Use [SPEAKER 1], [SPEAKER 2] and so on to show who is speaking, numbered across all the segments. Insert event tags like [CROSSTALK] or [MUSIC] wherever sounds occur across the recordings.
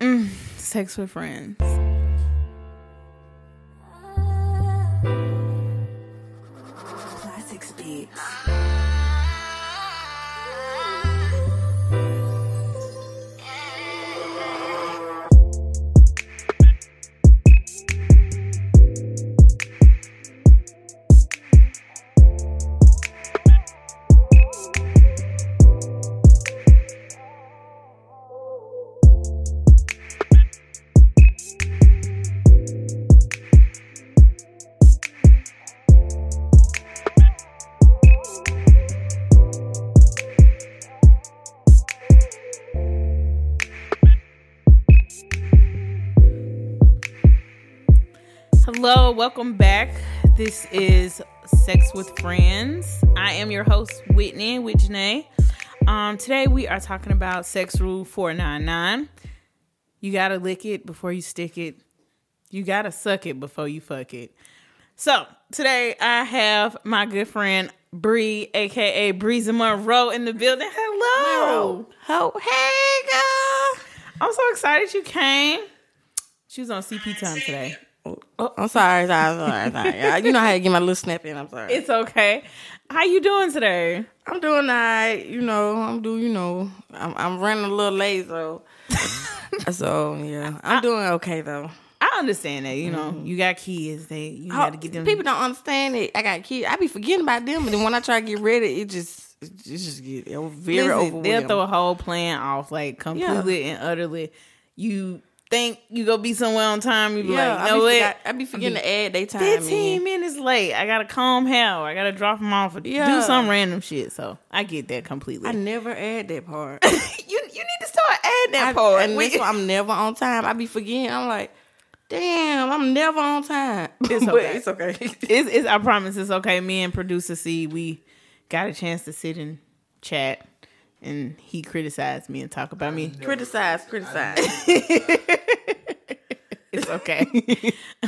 [SPEAKER 1] Mm, Sex with friends.
[SPEAKER 2] Classics Beats.
[SPEAKER 1] Hello, welcome back. This is Sex with Friends. I am your host, Whitney Whitney. Um, today we are talking about Sex Rule 499. You gotta lick it before you stick it. You gotta suck it before you fuck it. So today I have my good friend Bree, aka Breeza Monroe, in the building. Hello.
[SPEAKER 3] Oh, hey, girl.
[SPEAKER 1] I'm so excited you came. She was on CP time today.
[SPEAKER 3] Oh, I'm sorry, sorry, sorry, sorry. y'all. You know how to get my little snap in. I'm sorry.
[SPEAKER 1] It's okay. How you doing today?
[SPEAKER 3] I'm doing all right. You know, I'm doing, you know, I'm, I'm running a little late, so. [LAUGHS] so, yeah. I'm doing okay, though.
[SPEAKER 1] I understand that. You know, you got kids. They you got to get them.
[SPEAKER 3] People don't understand it. I got kids. I be forgetting about them, but then when I try to get ready, it just, it just get o- very
[SPEAKER 1] Listen, They'll
[SPEAKER 3] overwhelming.
[SPEAKER 1] throw a whole plan off, like completely and utterly. You think you gonna be somewhere on time? You be
[SPEAKER 3] yeah,
[SPEAKER 1] like, no
[SPEAKER 3] I, be
[SPEAKER 1] way.
[SPEAKER 3] forgot- I be forgetting to add they time in.
[SPEAKER 1] Fifteen minutes late. I gotta comb hell. I gotta drop them off. Or
[SPEAKER 3] Yeah.
[SPEAKER 1] do some random shit. So I get that [LAUGHS] completely.
[SPEAKER 3] I never add that part.
[SPEAKER 1] you you need to start adding that
[SPEAKER 3] I-
[SPEAKER 1] part.
[SPEAKER 3] And that's why I'm never on time. I be forgetting. I'm like, damn, I'm never on time.
[SPEAKER 1] [LAUGHS] It's
[SPEAKER 3] But
[SPEAKER 1] okay.
[SPEAKER 3] it's
[SPEAKER 1] [LAUGHS]
[SPEAKER 3] okay.
[SPEAKER 1] it's, it's I promise it's okay. Me and producer C, we got a chance to sit and chat, and he criticized me and talk about me. [LAUGHS]
[SPEAKER 3] criticize, criticize.
[SPEAKER 1] It's okay. [LAUGHS]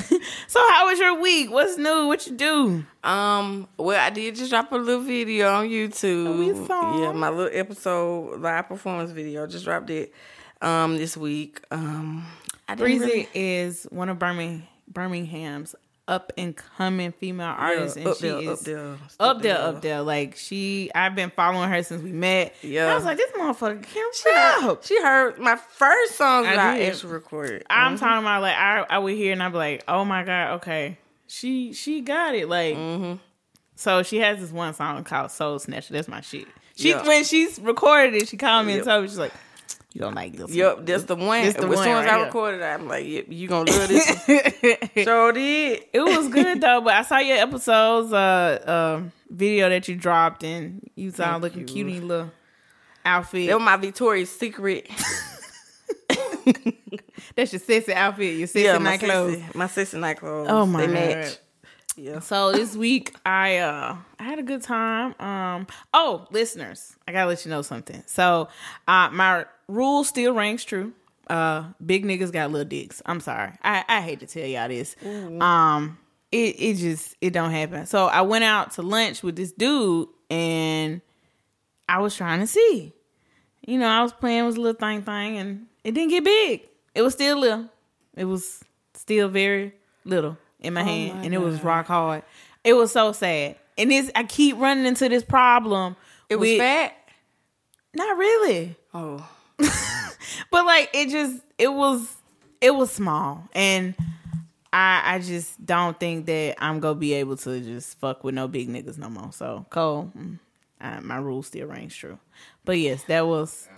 [SPEAKER 1] so how was your week? What's new? What you do?
[SPEAKER 3] [LAUGHS] um, well, I did just drop a little video on YouTube.
[SPEAKER 1] Oh, we saw.
[SPEAKER 3] Yeah, my little episode live performance video. Just dropped it um this week. Um, I didn't
[SPEAKER 1] Breezy
[SPEAKER 3] really-
[SPEAKER 1] is one of Birmingham, Birmingham's up and coming female artists, and
[SPEAKER 3] up
[SPEAKER 1] she
[SPEAKER 3] there,
[SPEAKER 1] is
[SPEAKER 3] up there,
[SPEAKER 1] up there, up there. Like she, I've been following her since we met.
[SPEAKER 3] Yeah.
[SPEAKER 1] And I was like, this motherfucker can't
[SPEAKER 3] She heard,
[SPEAKER 1] rap.
[SPEAKER 3] she heard my first song
[SPEAKER 1] I
[SPEAKER 3] that I
[SPEAKER 1] did.
[SPEAKER 3] actually recorded.
[SPEAKER 1] I'm talking about like I, I would hear and I'd be like, oh my god, okay, she she got it. Like,
[SPEAKER 3] Mm-hmm.
[SPEAKER 1] so she has this one song called Soul Snatcher. That's my shit. She
[SPEAKER 3] Yeah.
[SPEAKER 1] when she's recorded it, she called me
[SPEAKER 3] Yep.
[SPEAKER 1] and told me she's like, you don't like this.
[SPEAKER 3] Yep, that's the one.
[SPEAKER 1] This the
[SPEAKER 3] as
[SPEAKER 1] one
[SPEAKER 3] soon as
[SPEAKER 1] right
[SPEAKER 3] I
[SPEAKER 1] here.
[SPEAKER 3] recorded, it, I'm like, yep, you gonna
[SPEAKER 1] [LAUGHS]
[SPEAKER 3] love this. one.
[SPEAKER 1] One.
[SPEAKER 3] sure did.
[SPEAKER 1] it was good though. But I saw your episodes uh, um video that you dropped, and you saw looking cute in your little outfit.
[SPEAKER 3] That was my Victoria's [LAUGHS] Secret.
[SPEAKER 1] That's your sexy outfit. Your sexy
[SPEAKER 3] yeah, my
[SPEAKER 1] night clothes.
[SPEAKER 3] sexy, my sexy night clothes.
[SPEAKER 1] Oh, my
[SPEAKER 3] they match.
[SPEAKER 1] God.
[SPEAKER 3] Yeah.
[SPEAKER 1] So this week I uh I had a good time. Um oh, listeners, I gotta let you know something. So uh my rule still rings true. Uh big niggas got little dicks. I'm sorry. I, I hate to tell y'all this. Um it it just it don't happen. So I went out to lunch with this dude and I was trying to see. You know, I was playing with a little thing thing and it didn't get big. It was still little. It was still very little in my
[SPEAKER 3] Oh
[SPEAKER 1] hand and it was rock hard. It was so sad. And this I keep running into this problem.
[SPEAKER 3] It was
[SPEAKER 1] with-
[SPEAKER 3] fat.
[SPEAKER 1] Not really.
[SPEAKER 3] Oh,
[SPEAKER 1] But like it just it was it was small. And I I just don't think that I'm gonna be able to just fuck with no big niggas no more. So Cole, mm, I, my rule still rings true. But yes, that was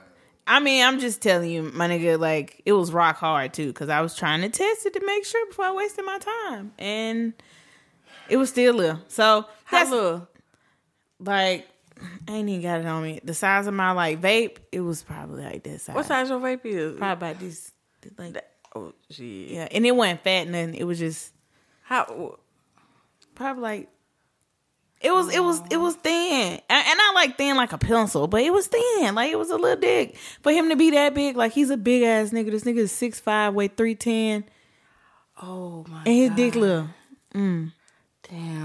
[SPEAKER 1] I mean, I'm just telling you, my nigga, like it was rock hard too, because I was trying to test it to make sure before I wasted my time. And it was still little. So
[SPEAKER 3] how
[SPEAKER 1] that's
[SPEAKER 3] little?
[SPEAKER 1] like I ain't even got it on me. The size of my like vape, it was probably like this size.
[SPEAKER 3] What size your vape is?
[SPEAKER 1] Probably about this like
[SPEAKER 3] Oh, shit.
[SPEAKER 1] yeah. And it wasn't fat nothing. It was just
[SPEAKER 3] How?
[SPEAKER 1] probably like it was it was it was thin. And, and not like thin like a pencil, but it was thin. Like it was a little dick. For him to be that big, like he's a big ass nigga. This nigga is six five, weigh three ten,
[SPEAKER 3] Oh my
[SPEAKER 1] and his dick little.
[SPEAKER 3] damn!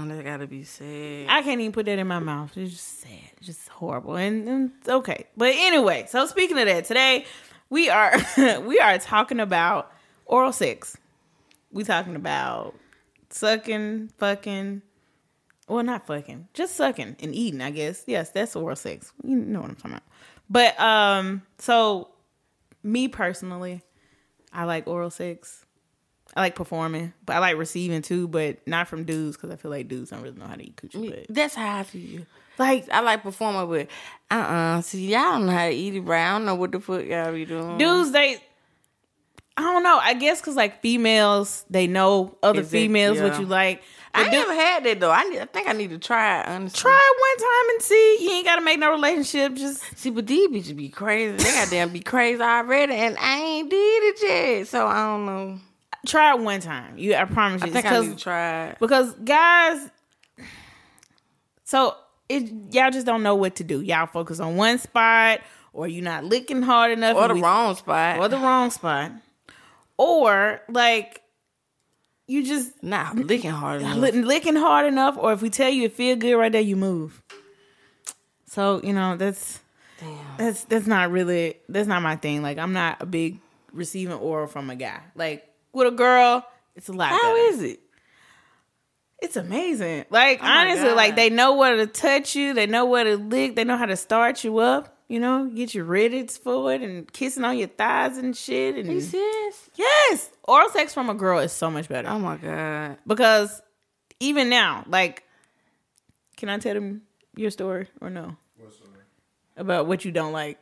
[SPEAKER 3] That gotta be sad.
[SPEAKER 1] I can't even put that in my mouth. It's just sad, It's just horrible, and, and it's okay. But anyway, so speaking of that, today we are [LAUGHS] we are talking about oral sex. We talking about sucking, fucking, well, not fucking, just sucking and eating. I guess yes, that's oral sex. You know what I'm talking about. But um, so me personally, I like oral sex. I like performing, but I like receiving too, but not from dudes because I feel like dudes don't really know how to eat coochie. But
[SPEAKER 3] That's how I feel.
[SPEAKER 1] like,
[SPEAKER 3] I like performing, but uh uh See, y'all don't know how to eat it, bro. I don't know what the fuck y'all be doing.
[SPEAKER 1] dudes they i don't know i guess because like females they know other
[SPEAKER 3] Exact-
[SPEAKER 1] females what
[SPEAKER 3] yeah.
[SPEAKER 1] you like
[SPEAKER 3] I
[SPEAKER 1] But dude,
[SPEAKER 3] never had that though. I, need, I think I need to try it, honestly.
[SPEAKER 1] try it one time and see you ain't gotta make no relationship just
[SPEAKER 3] See, but these bitches be crazy. They goddamn be crazy already, and I ain't did it yet. So I don't know.
[SPEAKER 1] try it one time you i promise you
[SPEAKER 3] I think I
[SPEAKER 1] because
[SPEAKER 3] need to try it.
[SPEAKER 1] because guys so it y'all just don't know what to do y'all focus on one spot or you not licking hard enough
[SPEAKER 3] Or
[SPEAKER 1] and
[SPEAKER 3] the
[SPEAKER 1] we-
[SPEAKER 3] wrong spot.
[SPEAKER 1] or the wrong spot or like you just
[SPEAKER 3] nah, licking hard enough.
[SPEAKER 1] Lick- licking hard enough, or if we tell you it feel good right there, you move. So you know that's
[SPEAKER 3] Damn.
[SPEAKER 1] that's that's not really that's not my thing. Like I'm not a big receiving oral from a guy. Like with a girl, it's a lot.
[SPEAKER 3] How
[SPEAKER 1] better.
[SPEAKER 3] is it?
[SPEAKER 1] It's amazing. Like
[SPEAKER 3] my
[SPEAKER 1] honestly,
[SPEAKER 3] God.
[SPEAKER 1] like they know where to touch you. They know where to lick. They know how to start you up. You know, get you ready for it and kissing on your thighs and shit.
[SPEAKER 3] You
[SPEAKER 1] And
[SPEAKER 3] serious?
[SPEAKER 1] yes, oral sex from a girl is so much better
[SPEAKER 3] Oh my god.
[SPEAKER 1] because even now, like, can I tell them your story or no? About what you don't like.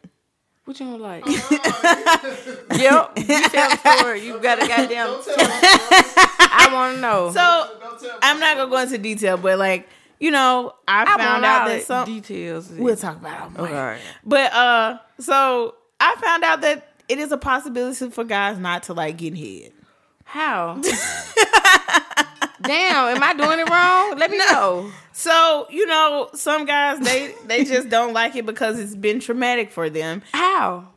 [SPEAKER 3] What you don't like? [LAUGHS] yep. You tell the story. You got a goddamn.
[SPEAKER 2] Oh. Don't tell my
[SPEAKER 3] I want to know.
[SPEAKER 1] So
[SPEAKER 2] don't tell
[SPEAKER 1] I'm not gonna go into detail, but like, you know, I,
[SPEAKER 3] I
[SPEAKER 1] found
[SPEAKER 3] found
[SPEAKER 1] out
[SPEAKER 3] the
[SPEAKER 1] that some
[SPEAKER 3] details.
[SPEAKER 1] we'll talk about it. on mic.
[SPEAKER 3] Okay.
[SPEAKER 1] But uh so I found out that it is a possibility for guys not to like get head.
[SPEAKER 3] [LAUGHS] How? Damn, am I doing it wrong? Let me know.
[SPEAKER 1] So, you know, some guys they
[SPEAKER 3] [LAUGHS]
[SPEAKER 1] they just don't like it because it's been traumatic for them.
[SPEAKER 3] How?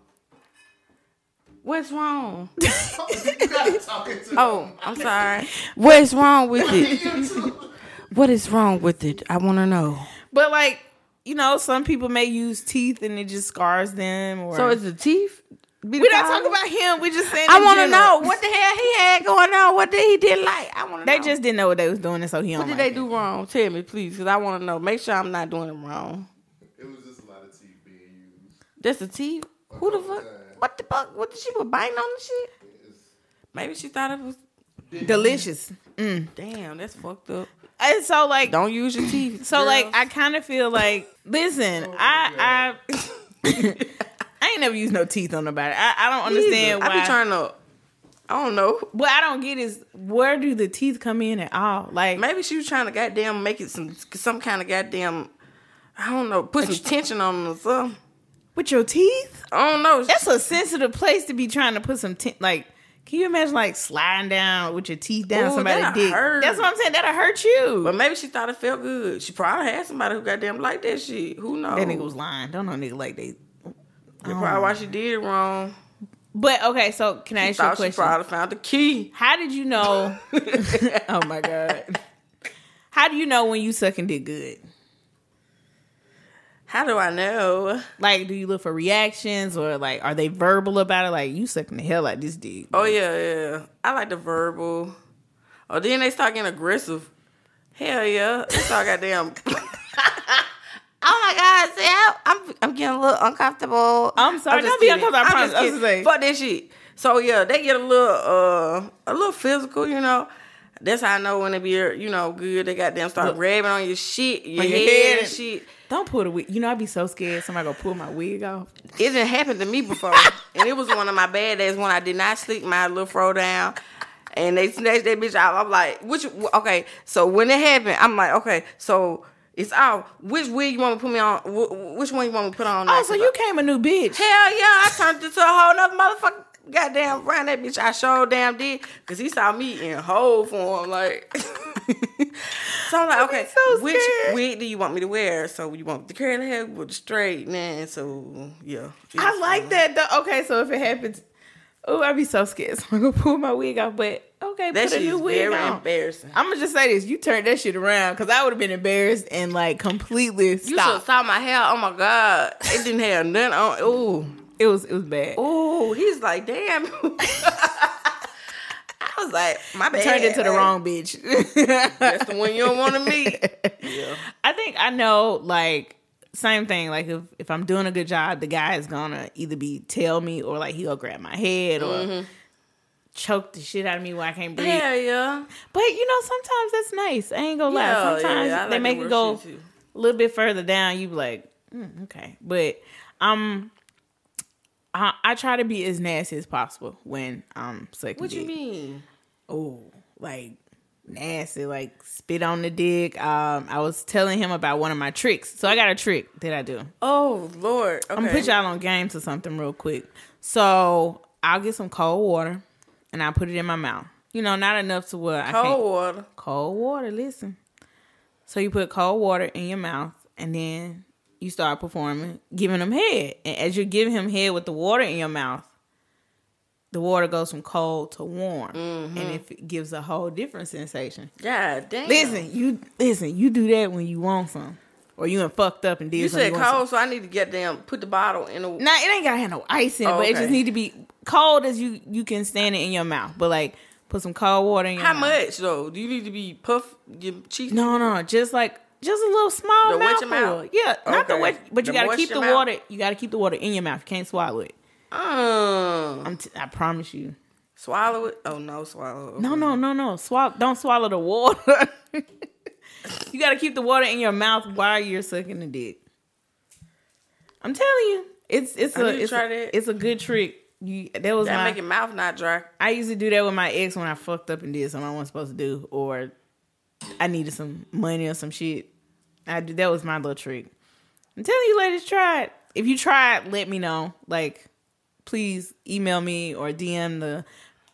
[SPEAKER 3] What's wrong?
[SPEAKER 2] [LAUGHS] you. You gotta talk it to
[SPEAKER 3] Oh, I'm sorry. What's wrong with it?
[SPEAKER 2] you too.
[SPEAKER 3] What is wrong with it? I want to know.
[SPEAKER 1] But like, you know, some people may use teeth and it just scars them or
[SPEAKER 3] So it's the teeth?
[SPEAKER 1] We don't talk about him. We just saying.
[SPEAKER 3] I
[SPEAKER 1] in
[SPEAKER 3] want to
[SPEAKER 1] general.
[SPEAKER 3] know what the hell he had going on. What did he did like? I want to.
[SPEAKER 1] They just didn't know what they was doing, and so he
[SPEAKER 3] What
[SPEAKER 1] don't.
[SPEAKER 3] did
[SPEAKER 1] like
[SPEAKER 3] they do wrong? Tell me, please, because I want to know. Make sure I'm not doing it wrong.
[SPEAKER 2] It was just a lot of teeth being used.
[SPEAKER 3] That's the teeth. Who the fuck? What the fuck? What did she put biting on the shit? Maybe she thought it was.
[SPEAKER 1] it. Delicious. Mm.
[SPEAKER 3] Damn, that's fucked up.
[SPEAKER 1] And so like,
[SPEAKER 3] Don't use your teeth.
[SPEAKER 1] so like,
[SPEAKER 3] girls. [LAUGHS]
[SPEAKER 1] I kind of feel like, listen, I, I, [LAUGHS] I ain't never used no teeth on nobody. I, I don't understand
[SPEAKER 3] I
[SPEAKER 1] why.
[SPEAKER 3] be trying to. I don't know.
[SPEAKER 1] what I don't get is where do the teeth come in at all? Like,
[SPEAKER 3] Maybe she was trying to goddamn make it some some kind of goddamn. I don't know. Put some tension on them or something.
[SPEAKER 1] with your teeth,
[SPEAKER 3] I don't know.
[SPEAKER 1] that's a sensitive place to be trying to put some teeth. Like, can you imagine like sliding down with your teeth down
[SPEAKER 3] Ooh,
[SPEAKER 1] somebody's
[SPEAKER 3] that'll
[SPEAKER 1] dick?
[SPEAKER 3] hurt.
[SPEAKER 1] That's what I'm saying. That'll hurt you.
[SPEAKER 3] but maybe she thought it felt good. She probably had somebody who goddamn liked that shit. Who knows?
[SPEAKER 1] That nigga was lying. Don't know nigga like they.
[SPEAKER 3] That's probably why she did it wrong.
[SPEAKER 1] But okay, so can I ask you a
[SPEAKER 3] Thought she
[SPEAKER 1] question?
[SPEAKER 3] probably found the
[SPEAKER 1] [LAUGHS]
[SPEAKER 3] key. [LAUGHS]
[SPEAKER 1] How did you know? oh my god. How do you know when you sucking dick good?
[SPEAKER 3] How do I know?
[SPEAKER 1] Like, do you look for reactions or like are they verbal about it? Like you sucking the hell out this dick.
[SPEAKER 3] Oh yeah, yeah. I like the verbal. Oh, then they start getting aggressive. Hell yeah, they
[SPEAKER 1] [LAUGHS]
[SPEAKER 3] start goddamn. oh my god, see, I, I'm I'm getting a little uncomfortable.
[SPEAKER 1] I'm sorry,
[SPEAKER 3] just
[SPEAKER 1] don't be
[SPEAKER 3] kidding.
[SPEAKER 1] uncomfortable, I
[SPEAKER 3] I'm
[SPEAKER 1] promise.
[SPEAKER 3] just
[SPEAKER 1] I was
[SPEAKER 3] kidding.
[SPEAKER 1] just saying.
[SPEAKER 3] Fuck that shit. So yeah, they get a little uh a little physical, you know. That's how I know when it be you know good. They goddamn start grabbing on your shit, your,
[SPEAKER 1] On your
[SPEAKER 3] head,
[SPEAKER 1] head.
[SPEAKER 3] and shit.
[SPEAKER 1] Don't pull the wig. You know I'd be so scared somebody gonna pull my wig off.
[SPEAKER 3] It didn't happen to me
[SPEAKER 1] [LAUGHS]
[SPEAKER 3] before, and it was one of my bad days when I did not sleep my little fro down, and they snatched that bitch out. I'm like, which okay? So when it happened, I'm like, okay, so it's out. Which wig you want to put me on? Wh- Which one you want me to put on?
[SPEAKER 1] Oh,
[SPEAKER 3] now?
[SPEAKER 1] so you came a new bitch.
[SPEAKER 3] Hell yeah! I turned into a whole nother motherfucker. Goddamn, ran that bitch. I sure damn did, cause he saw me in whole form. Like, [LAUGHS] so I'm like,
[SPEAKER 1] be
[SPEAKER 3] okay,
[SPEAKER 1] so
[SPEAKER 3] which
[SPEAKER 1] scared.
[SPEAKER 3] wig do you want me to wear? So you want the curly hair with the straight, man. So yeah,
[SPEAKER 1] [LAUGHS] I like that though. Okay, so if it happens, oh, I'd be so scared. [LAUGHS] So I'm gonna pull my wig off. But okay,
[SPEAKER 3] That
[SPEAKER 1] put a
[SPEAKER 3] shit
[SPEAKER 1] new
[SPEAKER 3] is
[SPEAKER 1] wig
[SPEAKER 3] very
[SPEAKER 1] on.
[SPEAKER 3] embarrassing.
[SPEAKER 1] I'm gonna just say this: you turned that shit around because I would have been embarrassed and like completely
[SPEAKER 3] You should
[SPEAKER 1] stopped.
[SPEAKER 3] saw my hair. Oh my god, it didn't have nothing on.
[SPEAKER 1] It was it was bad.
[SPEAKER 3] Ooh, oh, he's like, damn. [LAUGHS] I was like, my bad.
[SPEAKER 1] Turned into the
[SPEAKER 3] like,
[SPEAKER 1] wrong bitch.
[SPEAKER 3] [LAUGHS] That's the one you don't want to meet. [LAUGHS] yeah.
[SPEAKER 1] [LAUGHS] I think I know like same thing. Like if, if I'm doing a good job, the guy is gonna either be tell me or like he'll grab my head or
[SPEAKER 3] Mm-hmm.
[SPEAKER 1] choke the shit out of me where I can't breathe.
[SPEAKER 3] Yeah, yeah.
[SPEAKER 1] But you know, sometimes that's nice. I ain't gonna lie.
[SPEAKER 3] Yeah,
[SPEAKER 1] sometimes
[SPEAKER 3] yeah, I
[SPEAKER 1] they
[SPEAKER 3] like
[SPEAKER 1] make
[SPEAKER 3] the
[SPEAKER 1] it
[SPEAKER 3] worst
[SPEAKER 1] go
[SPEAKER 3] shit, too.
[SPEAKER 1] a little bit further down. You be like, mm, okay, but um. I, I try to be as nasty as possible when I'm sucking
[SPEAKER 3] What you
[SPEAKER 1] dick.
[SPEAKER 3] mean?
[SPEAKER 1] Oh, like nasty, like spit on the dick. Um, I was telling him about one of my tricks. So I got a trick that I do.
[SPEAKER 3] Oh Lord. Okay.
[SPEAKER 1] I'm gonna put y'all on games or something real quick. So I'll get some cold water and I put it in my mouth. You know, not enough to where I
[SPEAKER 3] cold
[SPEAKER 1] can't
[SPEAKER 3] water.
[SPEAKER 1] cold water. Listen. So you put cold water in your mouth, and then you start performing, giving him head. And as you're giving him head with the water in your mouth, the water goes from cold to warm,
[SPEAKER 3] Mm-hmm.
[SPEAKER 1] and if it gives a whole different sensation.
[SPEAKER 3] God damn.
[SPEAKER 1] Listen, you listen, you do that when you want some, or you done fucked up and did.
[SPEAKER 3] You
[SPEAKER 1] something
[SPEAKER 3] said
[SPEAKER 1] want some.
[SPEAKER 3] cold, so I need to get them put the bottle in a.
[SPEAKER 1] Nah, it ain't gotta have no ice in it,
[SPEAKER 3] Oh,
[SPEAKER 1] but it
[SPEAKER 3] okay.
[SPEAKER 1] just need to be cold as you you can stand it in your mouth. But like, put some cold water in your
[SPEAKER 3] How
[SPEAKER 1] mouth.
[SPEAKER 3] much though? Do you need to be puff your cheeks?
[SPEAKER 1] No, no, just like just a little small
[SPEAKER 3] The wet your
[SPEAKER 1] mouthful.
[SPEAKER 3] mouth?
[SPEAKER 1] Yeah, not the
[SPEAKER 3] Okay.
[SPEAKER 1] wet, but you
[SPEAKER 3] The
[SPEAKER 1] gotta
[SPEAKER 3] moist
[SPEAKER 1] keep the
[SPEAKER 3] your mouth?
[SPEAKER 1] water. You gotta keep the water in your mouth. You can't swallow it.
[SPEAKER 3] Um,
[SPEAKER 1] I'm t- I promise you.
[SPEAKER 3] swallow it. Oh no, swallow. it.
[SPEAKER 1] No, no, no, no. Swallow. Don't swallow the water. [LAUGHS] you gotta keep the water in your mouth while you're sucking the dick. I'm telling you, it's it's
[SPEAKER 3] I
[SPEAKER 1] a
[SPEAKER 3] need to
[SPEAKER 1] it's,
[SPEAKER 3] try
[SPEAKER 1] a,
[SPEAKER 3] that.
[SPEAKER 1] it's a good trick. You that was
[SPEAKER 3] That
[SPEAKER 1] my
[SPEAKER 3] make your mouth not dry.
[SPEAKER 1] I used to do that with my ex when I fucked up and did something I wasn't supposed to do, or I needed some money or some shit. I do, that was my little trick. I'm telling you, ladies, try it. If you try it, let me know. Like, please email me or DM the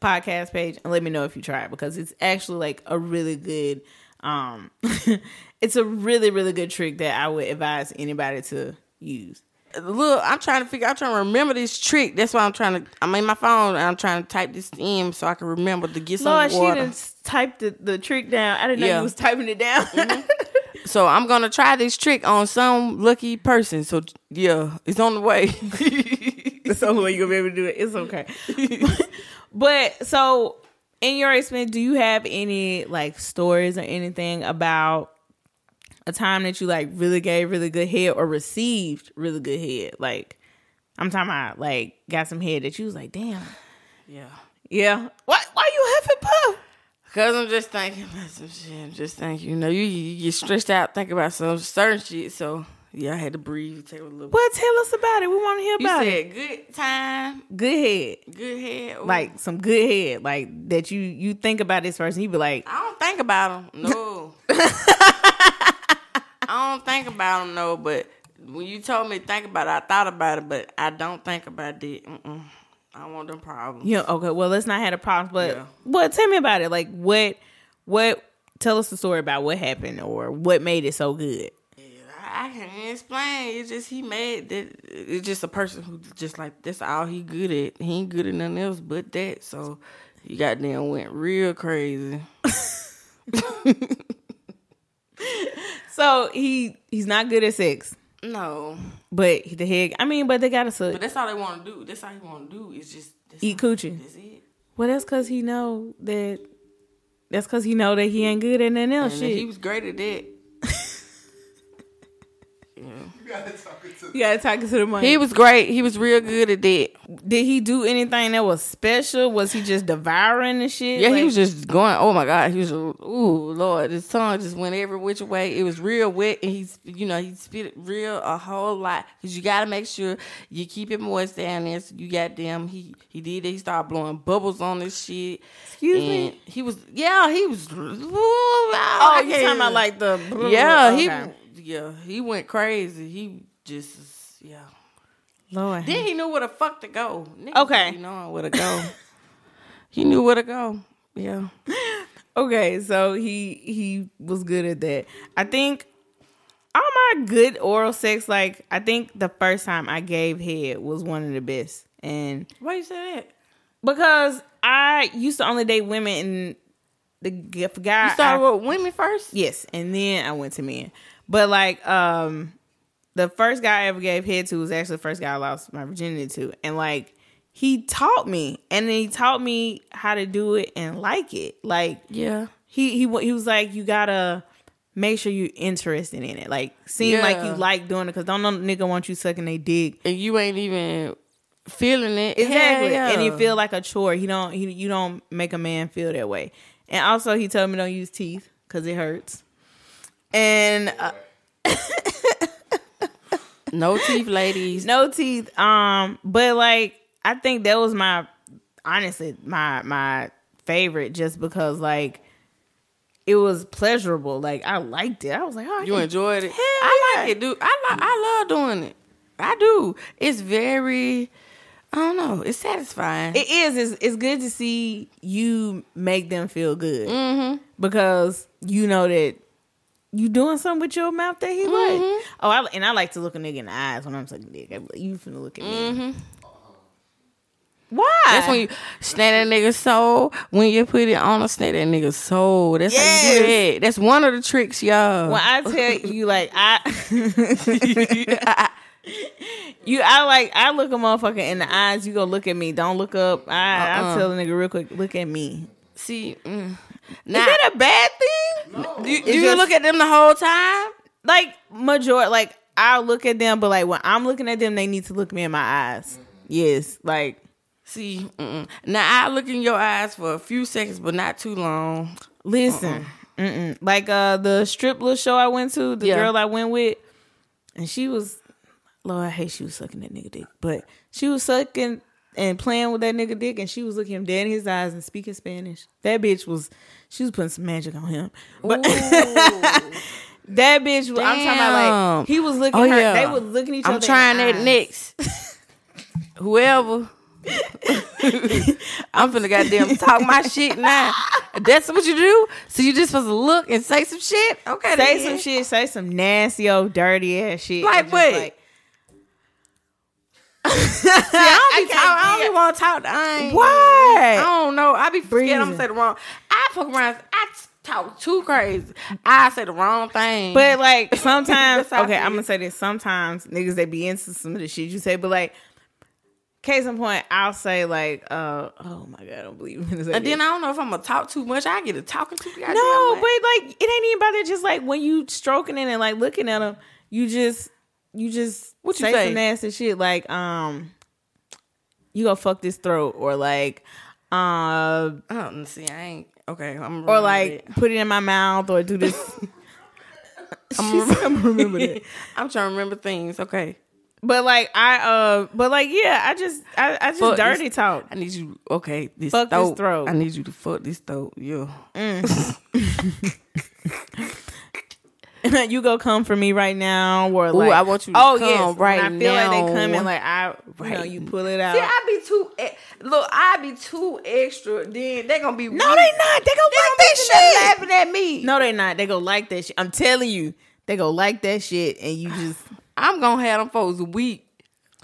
[SPEAKER 1] podcast page and let me know if you try it because it's actually like a really good. Um, [LAUGHS] it's a really really good trick that I would advise anybody to use.
[SPEAKER 3] Look, I'm trying to figure. I'm trying to remember this trick. That's why I'm trying to. I'm in my phone and I'm trying to type this in so I can remember to get some
[SPEAKER 1] Lord, she
[SPEAKER 3] water.
[SPEAKER 1] didn't type the, the trick down. I didn't know
[SPEAKER 3] Yeah.
[SPEAKER 1] you was typing it down.
[SPEAKER 3] So I'm gonna try this trick on some lucky person. So yeah, it's on
[SPEAKER 1] [LAUGHS]
[SPEAKER 3] the way.
[SPEAKER 1] That's the only way you're gonna be able to do it. It's okay. [LAUGHS] but so in your experience, do you have any like stories or anything about a time that you like really gave really good head or received really good head? Like I'm talking about like got some head that you was like, damn.
[SPEAKER 3] yeah.
[SPEAKER 1] Yeah. Why why you huffing puff?
[SPEAKER 3] Cause I'm just thinking about some shit. I'm just thinking, you know, you, you get stressed out thinking about some certain shit. So yeah, I had to breathe, take a little.
[SPEAKER 1] Well tell us about it. We wanna hear
[SPEAKER 3] you
[SPEAKER 1] about
[SPEAKER 3] said
[SPEAKER 1] it.
[SPEAKER 3] good time,
[SPEAKER 1] Good head.
[SPEAKER 3] good head. Ooh.
[SPEAKER 1] Like some good head. Like that you you think about this person, you be like,
[SPEAKER 3] I don't think about them. No, I don't think about them. No, but when you told me to think about it, I thought about it, but I don't think about it. Mm-mm. I don't want them problems.
[SPEAKER 1] Yeah. Okay. Well, let's not have a problem. But
[SPEAKER 3] Yeah.
[SPEAKER 1] well, tell me about it. Like what? What? Tell us the story about what happened or what made it so good.
[SPEAKER 3] I I can't explain. It's just he made that. It's just a person who just like that's all he good at. He ain't good at nothing else but that. So he goddamn went real crazy.
[SPEAKER 1] So he he's not good at sex,
[SPEAKER 3] No,
[SPEAKER 1] but he- the head. I mean, but they gotta
[SPEAKER 3] but
[SPEAKER 1] suck,
[SPEAKER 3] that's all they want to do. That's all he want to do is just that's
[SPEAKER 1] eat
[SPEAKER 3] all-
[SPEAKER 1] coochie.
[SPEAKER 3] That's it.
[SPEAKER 1] Well, that's cause he know that. That's cause he know that he ain't good at nothing else.
[SPEAKER 3] And if he
[SPEAKER 1] Shit.
[SPEAKER 3] was great at that.
[SPEAKER 2] You gotta talk it to
[SPEAKER 1] You gotta talk to the money.
[SPEAKER 3] He was great. He was real good at that.
[SPEAKER 1] Did he do anything that was special? Was he just devouring the shit?
[SPEAKER 3] Yeah,
[SPEAKER 1] Like-
[SPEAKER 3] he was just going. Oh my god, he was. Ooh, Lord, his tongue just went every which way. It was real wet, and he's, you know, he spit it real a whole lot because you got to make sure you keep it moist down there. So you got them. He he did it. He started blowing bubbles on this shit.
[SPEAKER 1] Excuse
[SPEAKER 3] and
[SPEAKER 1] me?
[SPEAKER 3] He was. Yeah, he was. Ooh,
[SPEAKER 1] Oh,
[SPEAKER 3] oh,
[SPEAKER 1] you talking about like the?
[SPEAKER 3] Yeah,
[SPEAKER 1] Okay.
[SPEAKER 3] he. Yeah, he went crazy. He just. Yeah.
[SPEAKER 1] Lord.
[SPEAKER 3] Then he knew where the fuck to go. Niggas
[SPEAKER 1] Okay.
[SPEAKER 3] be knowing where to go. [LAUGHS] he knew where to go. Yeah.
[SPEAKER 1] Okay, so he he was good at that. I think all my good oral sex, like I think the first time I gave head was one of the best, and
[SPEAKER 3] Why you say that?
[SPEAKER 1] because I used to only date women, and the g- guy
[SPEAKER 3] You started
[SPEAKER 1] I-
[SPEAKER 3] with women first?
[SPEAKER 1] yes, and then I went to men. But like, um, the first guy I ever gave head to was actually the first guy I lost my virginity to, and like he taught me, and then he taught me how to do it and like it. Like
[SPEAKER 3] Yeah.
[SPEAKER 1] he he wa- he was like, you gotta make sure you interested in it. Like seem like
[SPEAKER 3] Yeah.
[SPEAKER 1] you like doing it, because don't no nigga want you sucking they dick.
[SPEAKER 3] And you ain't even feeling it.
[SPEAKER 1] Exactly.
[SPEAKER 3] Hell yeah.
[SPEAKER 1] And you feel like a chore. He don't he, you don't make a man feel that way. And also he told me don't use teeth because it hurts. And uh,
[SPEAKER 3] no teeth,
[SPEAKER 1] [LAUGHS]
[SPEAKER 3] ladies.
[SPEAKER 1] no teeth. Um, but like I think that was my honestly my my favorite just because like it was pleasurable. Like I liked it. I was like, oh, I
[SPEAKER 3] You
[SPEAKER 1] can-
[SPEAKER 3] enjoyed it.
[SPEAKER 1] Hell
[SPEAKER 3] I like
[SPEAKER 1] yeah.
[SPEAKER 3] it, dude. I like. I love doing it. I do. It's very. I don't know. It's satisfying.
[SPEAKER 1] it is. It's, it's good to see you make them feel good because you know that you doing something with your mouth that he like. Oh, I, and I like to look a nigga in the eyes when I'm sucking dick. I be like, you finna look at me. Why?
[SPEAKER 3] That's when you snap that nigga's soul. When you put it on a snap that nigga's soul. That's how you do
[SPEAKER 1] Yes.
[SPEAKER 3] that. That's one of the tricks, y'all.
[SPEAKER 1] when [LAUGHS] I tell you, like [LAUGHS] I, you, I like I look a motherfucker in the eyes. You go look at me. Don't look up. I, I tell the nigga real quick. Look at me.
[SPEAKER 3] See, mm,
[SPEAKER 1] Is
[SPEAKER 3] now
[SPEAKER 1] that a bad thing?
[SPEAKER 3] do, you-
[SPEAKER 1] It's
[SPEAKER 3] do you
[SPEAKER 1] just-
[SPEAKER 3] look at them the whole time?
[SPEAKER 1] Like major, like I look at them, but like when I'm looking at them, they need to look me in my eyes. Yes, like
[SPEAKER 3] See, mm-mm. now I look in your eyes for a few seconds, but not too long.
[SPEAKER 1] listen. Mm-mm. Like uh the strip little show I went to, the
[SPEAKER 3] Yeah.
[SPEAKER 1] girl I went with, and she was, Lord, I hate she was sucking that nigga dick, but she was sucking and playing with that nigga dick, and she was looking him dead in his eyes and speaking Spanish. That bitch was, she was putting some magic on him,
[SPEAKER 3] [LAUGHS]
[SPEAKER 1] but. That bitch, was I'm talking about
[SPEAKER 3] Damn.
[SPEAKER 1] like he was looking
[SPEAKER 3] Oh,
[SPEAKER 1] her.
[SPEAKER 3] yeah.
[SPEAKER 1] They was looking each
[SPEAKER 3] I'm
[SPEAKER 1] other.
[SPEAKER 3] trying
[SPEAKER 1] in the
[SPEAKER 3] that
[SPEAKER 1] eyes.
[SPEAKER 3] next. Whoever. [LAUGHS] I'm finna goddamn talk my shit now. That's what you do? So you just supposed to look and say some shit? Okay.
[SPEAKER 1] say
[SPEAKER 3] then.
[SPEAKER 1] some shit, say some nasty old dirty ass shit.
[SPEAKER 3] Like
[SPEAKER 1] and just,
[SPEAKER 3] what?
[SPEAKER 1] See,
[SPEAKER 3] I don't,
[SPEAKER 1] I
[SPEAKER 3] be talk, I don't
[SPEAKER 1] can't
[SPEAKER 3] even want to talk. I ain't, I
[SPEAKER 1] Why?
[SPEAKER 3] don't know. I be scared I'm
[SPEAKER 1] Breathing.
[SPEAKER 3] gonna say the wrong. I fuck around. I t- talk too crazy. I say the wrong thing.
[SPEAKER 1] But like sometimes,
[SPEAKER 3] [LAUGHS] That's how I
[SPEAKER 1] okay,
[SPEAKER 3] feel.
[SPEAKER 1] I'm gonna say this. Sometimes niggas they be into some of the shit you say, but like, case in point, I'll say like, uh, oh my god, I don't believe in this.
[SPEAKER 3] and then I don't know if I'm gonna talk too much. I get to talking too. goddamn
[SPEAKER 1] no,
[SPEAKER 3] much.
[SPEAKER 1] but like it ain't even about it. Just like when you stroking it and like looking at them, you just you just
[SPEAKER 3] What you
[SPEAKER 1] say,
[SPEAKER 3] say?
[SPEAKER 1] some nasty shit like um, you gonna fuck this throat or like uh
[SPEAKER 3] I don't see. I ain't okay. I'm
[SPEAKER 1] or like put it in my mouth or do
[SPEAKER 3] [LAUGHS]
[SPEAKER 1] this. [LAUGHS] She said, "I'm gonna remember that.
[SPEAKER 3] I'm trying to remember things. Okay,
[SPEAKER 1] But like I uh, but like yeah, I just I, I just
[SPEAKER 3] Fuck this-
[SPEAKER 1] dirty talk. [LAUGHS]
[SPEAKER 3] I need you. Okay, this
[SPEAKER 1] Fuck this
[SPEAKER 3] throat.
[SPEAKER 1] throat.
[SPEAKER 3] I need you to fuck this throat. Yeah.
[SPEAKER 1] you go come for me right now, or like
[SPEAKER 3] I want you to come right
[SPEAKER 1] And I feel like
[SPEAKER 3] now.
[SPEAKER 1] they come and like I, you know,
[SPEAKER 3] Right.
[SPEAKER 1] you pull it out.
[SPEAKER 3] See, I be too. e- Look, I be too extra. Then they gonna be
[SPEAKER 1] no, they not. They go like that shit.
[SPEAKER 3] laughing at me.
[SPEAKER 1] No, they not. They go like that shit. I'm telling you, they go like that shit, and you just
[SPEAKER 3] I'm gonna have them folks weak.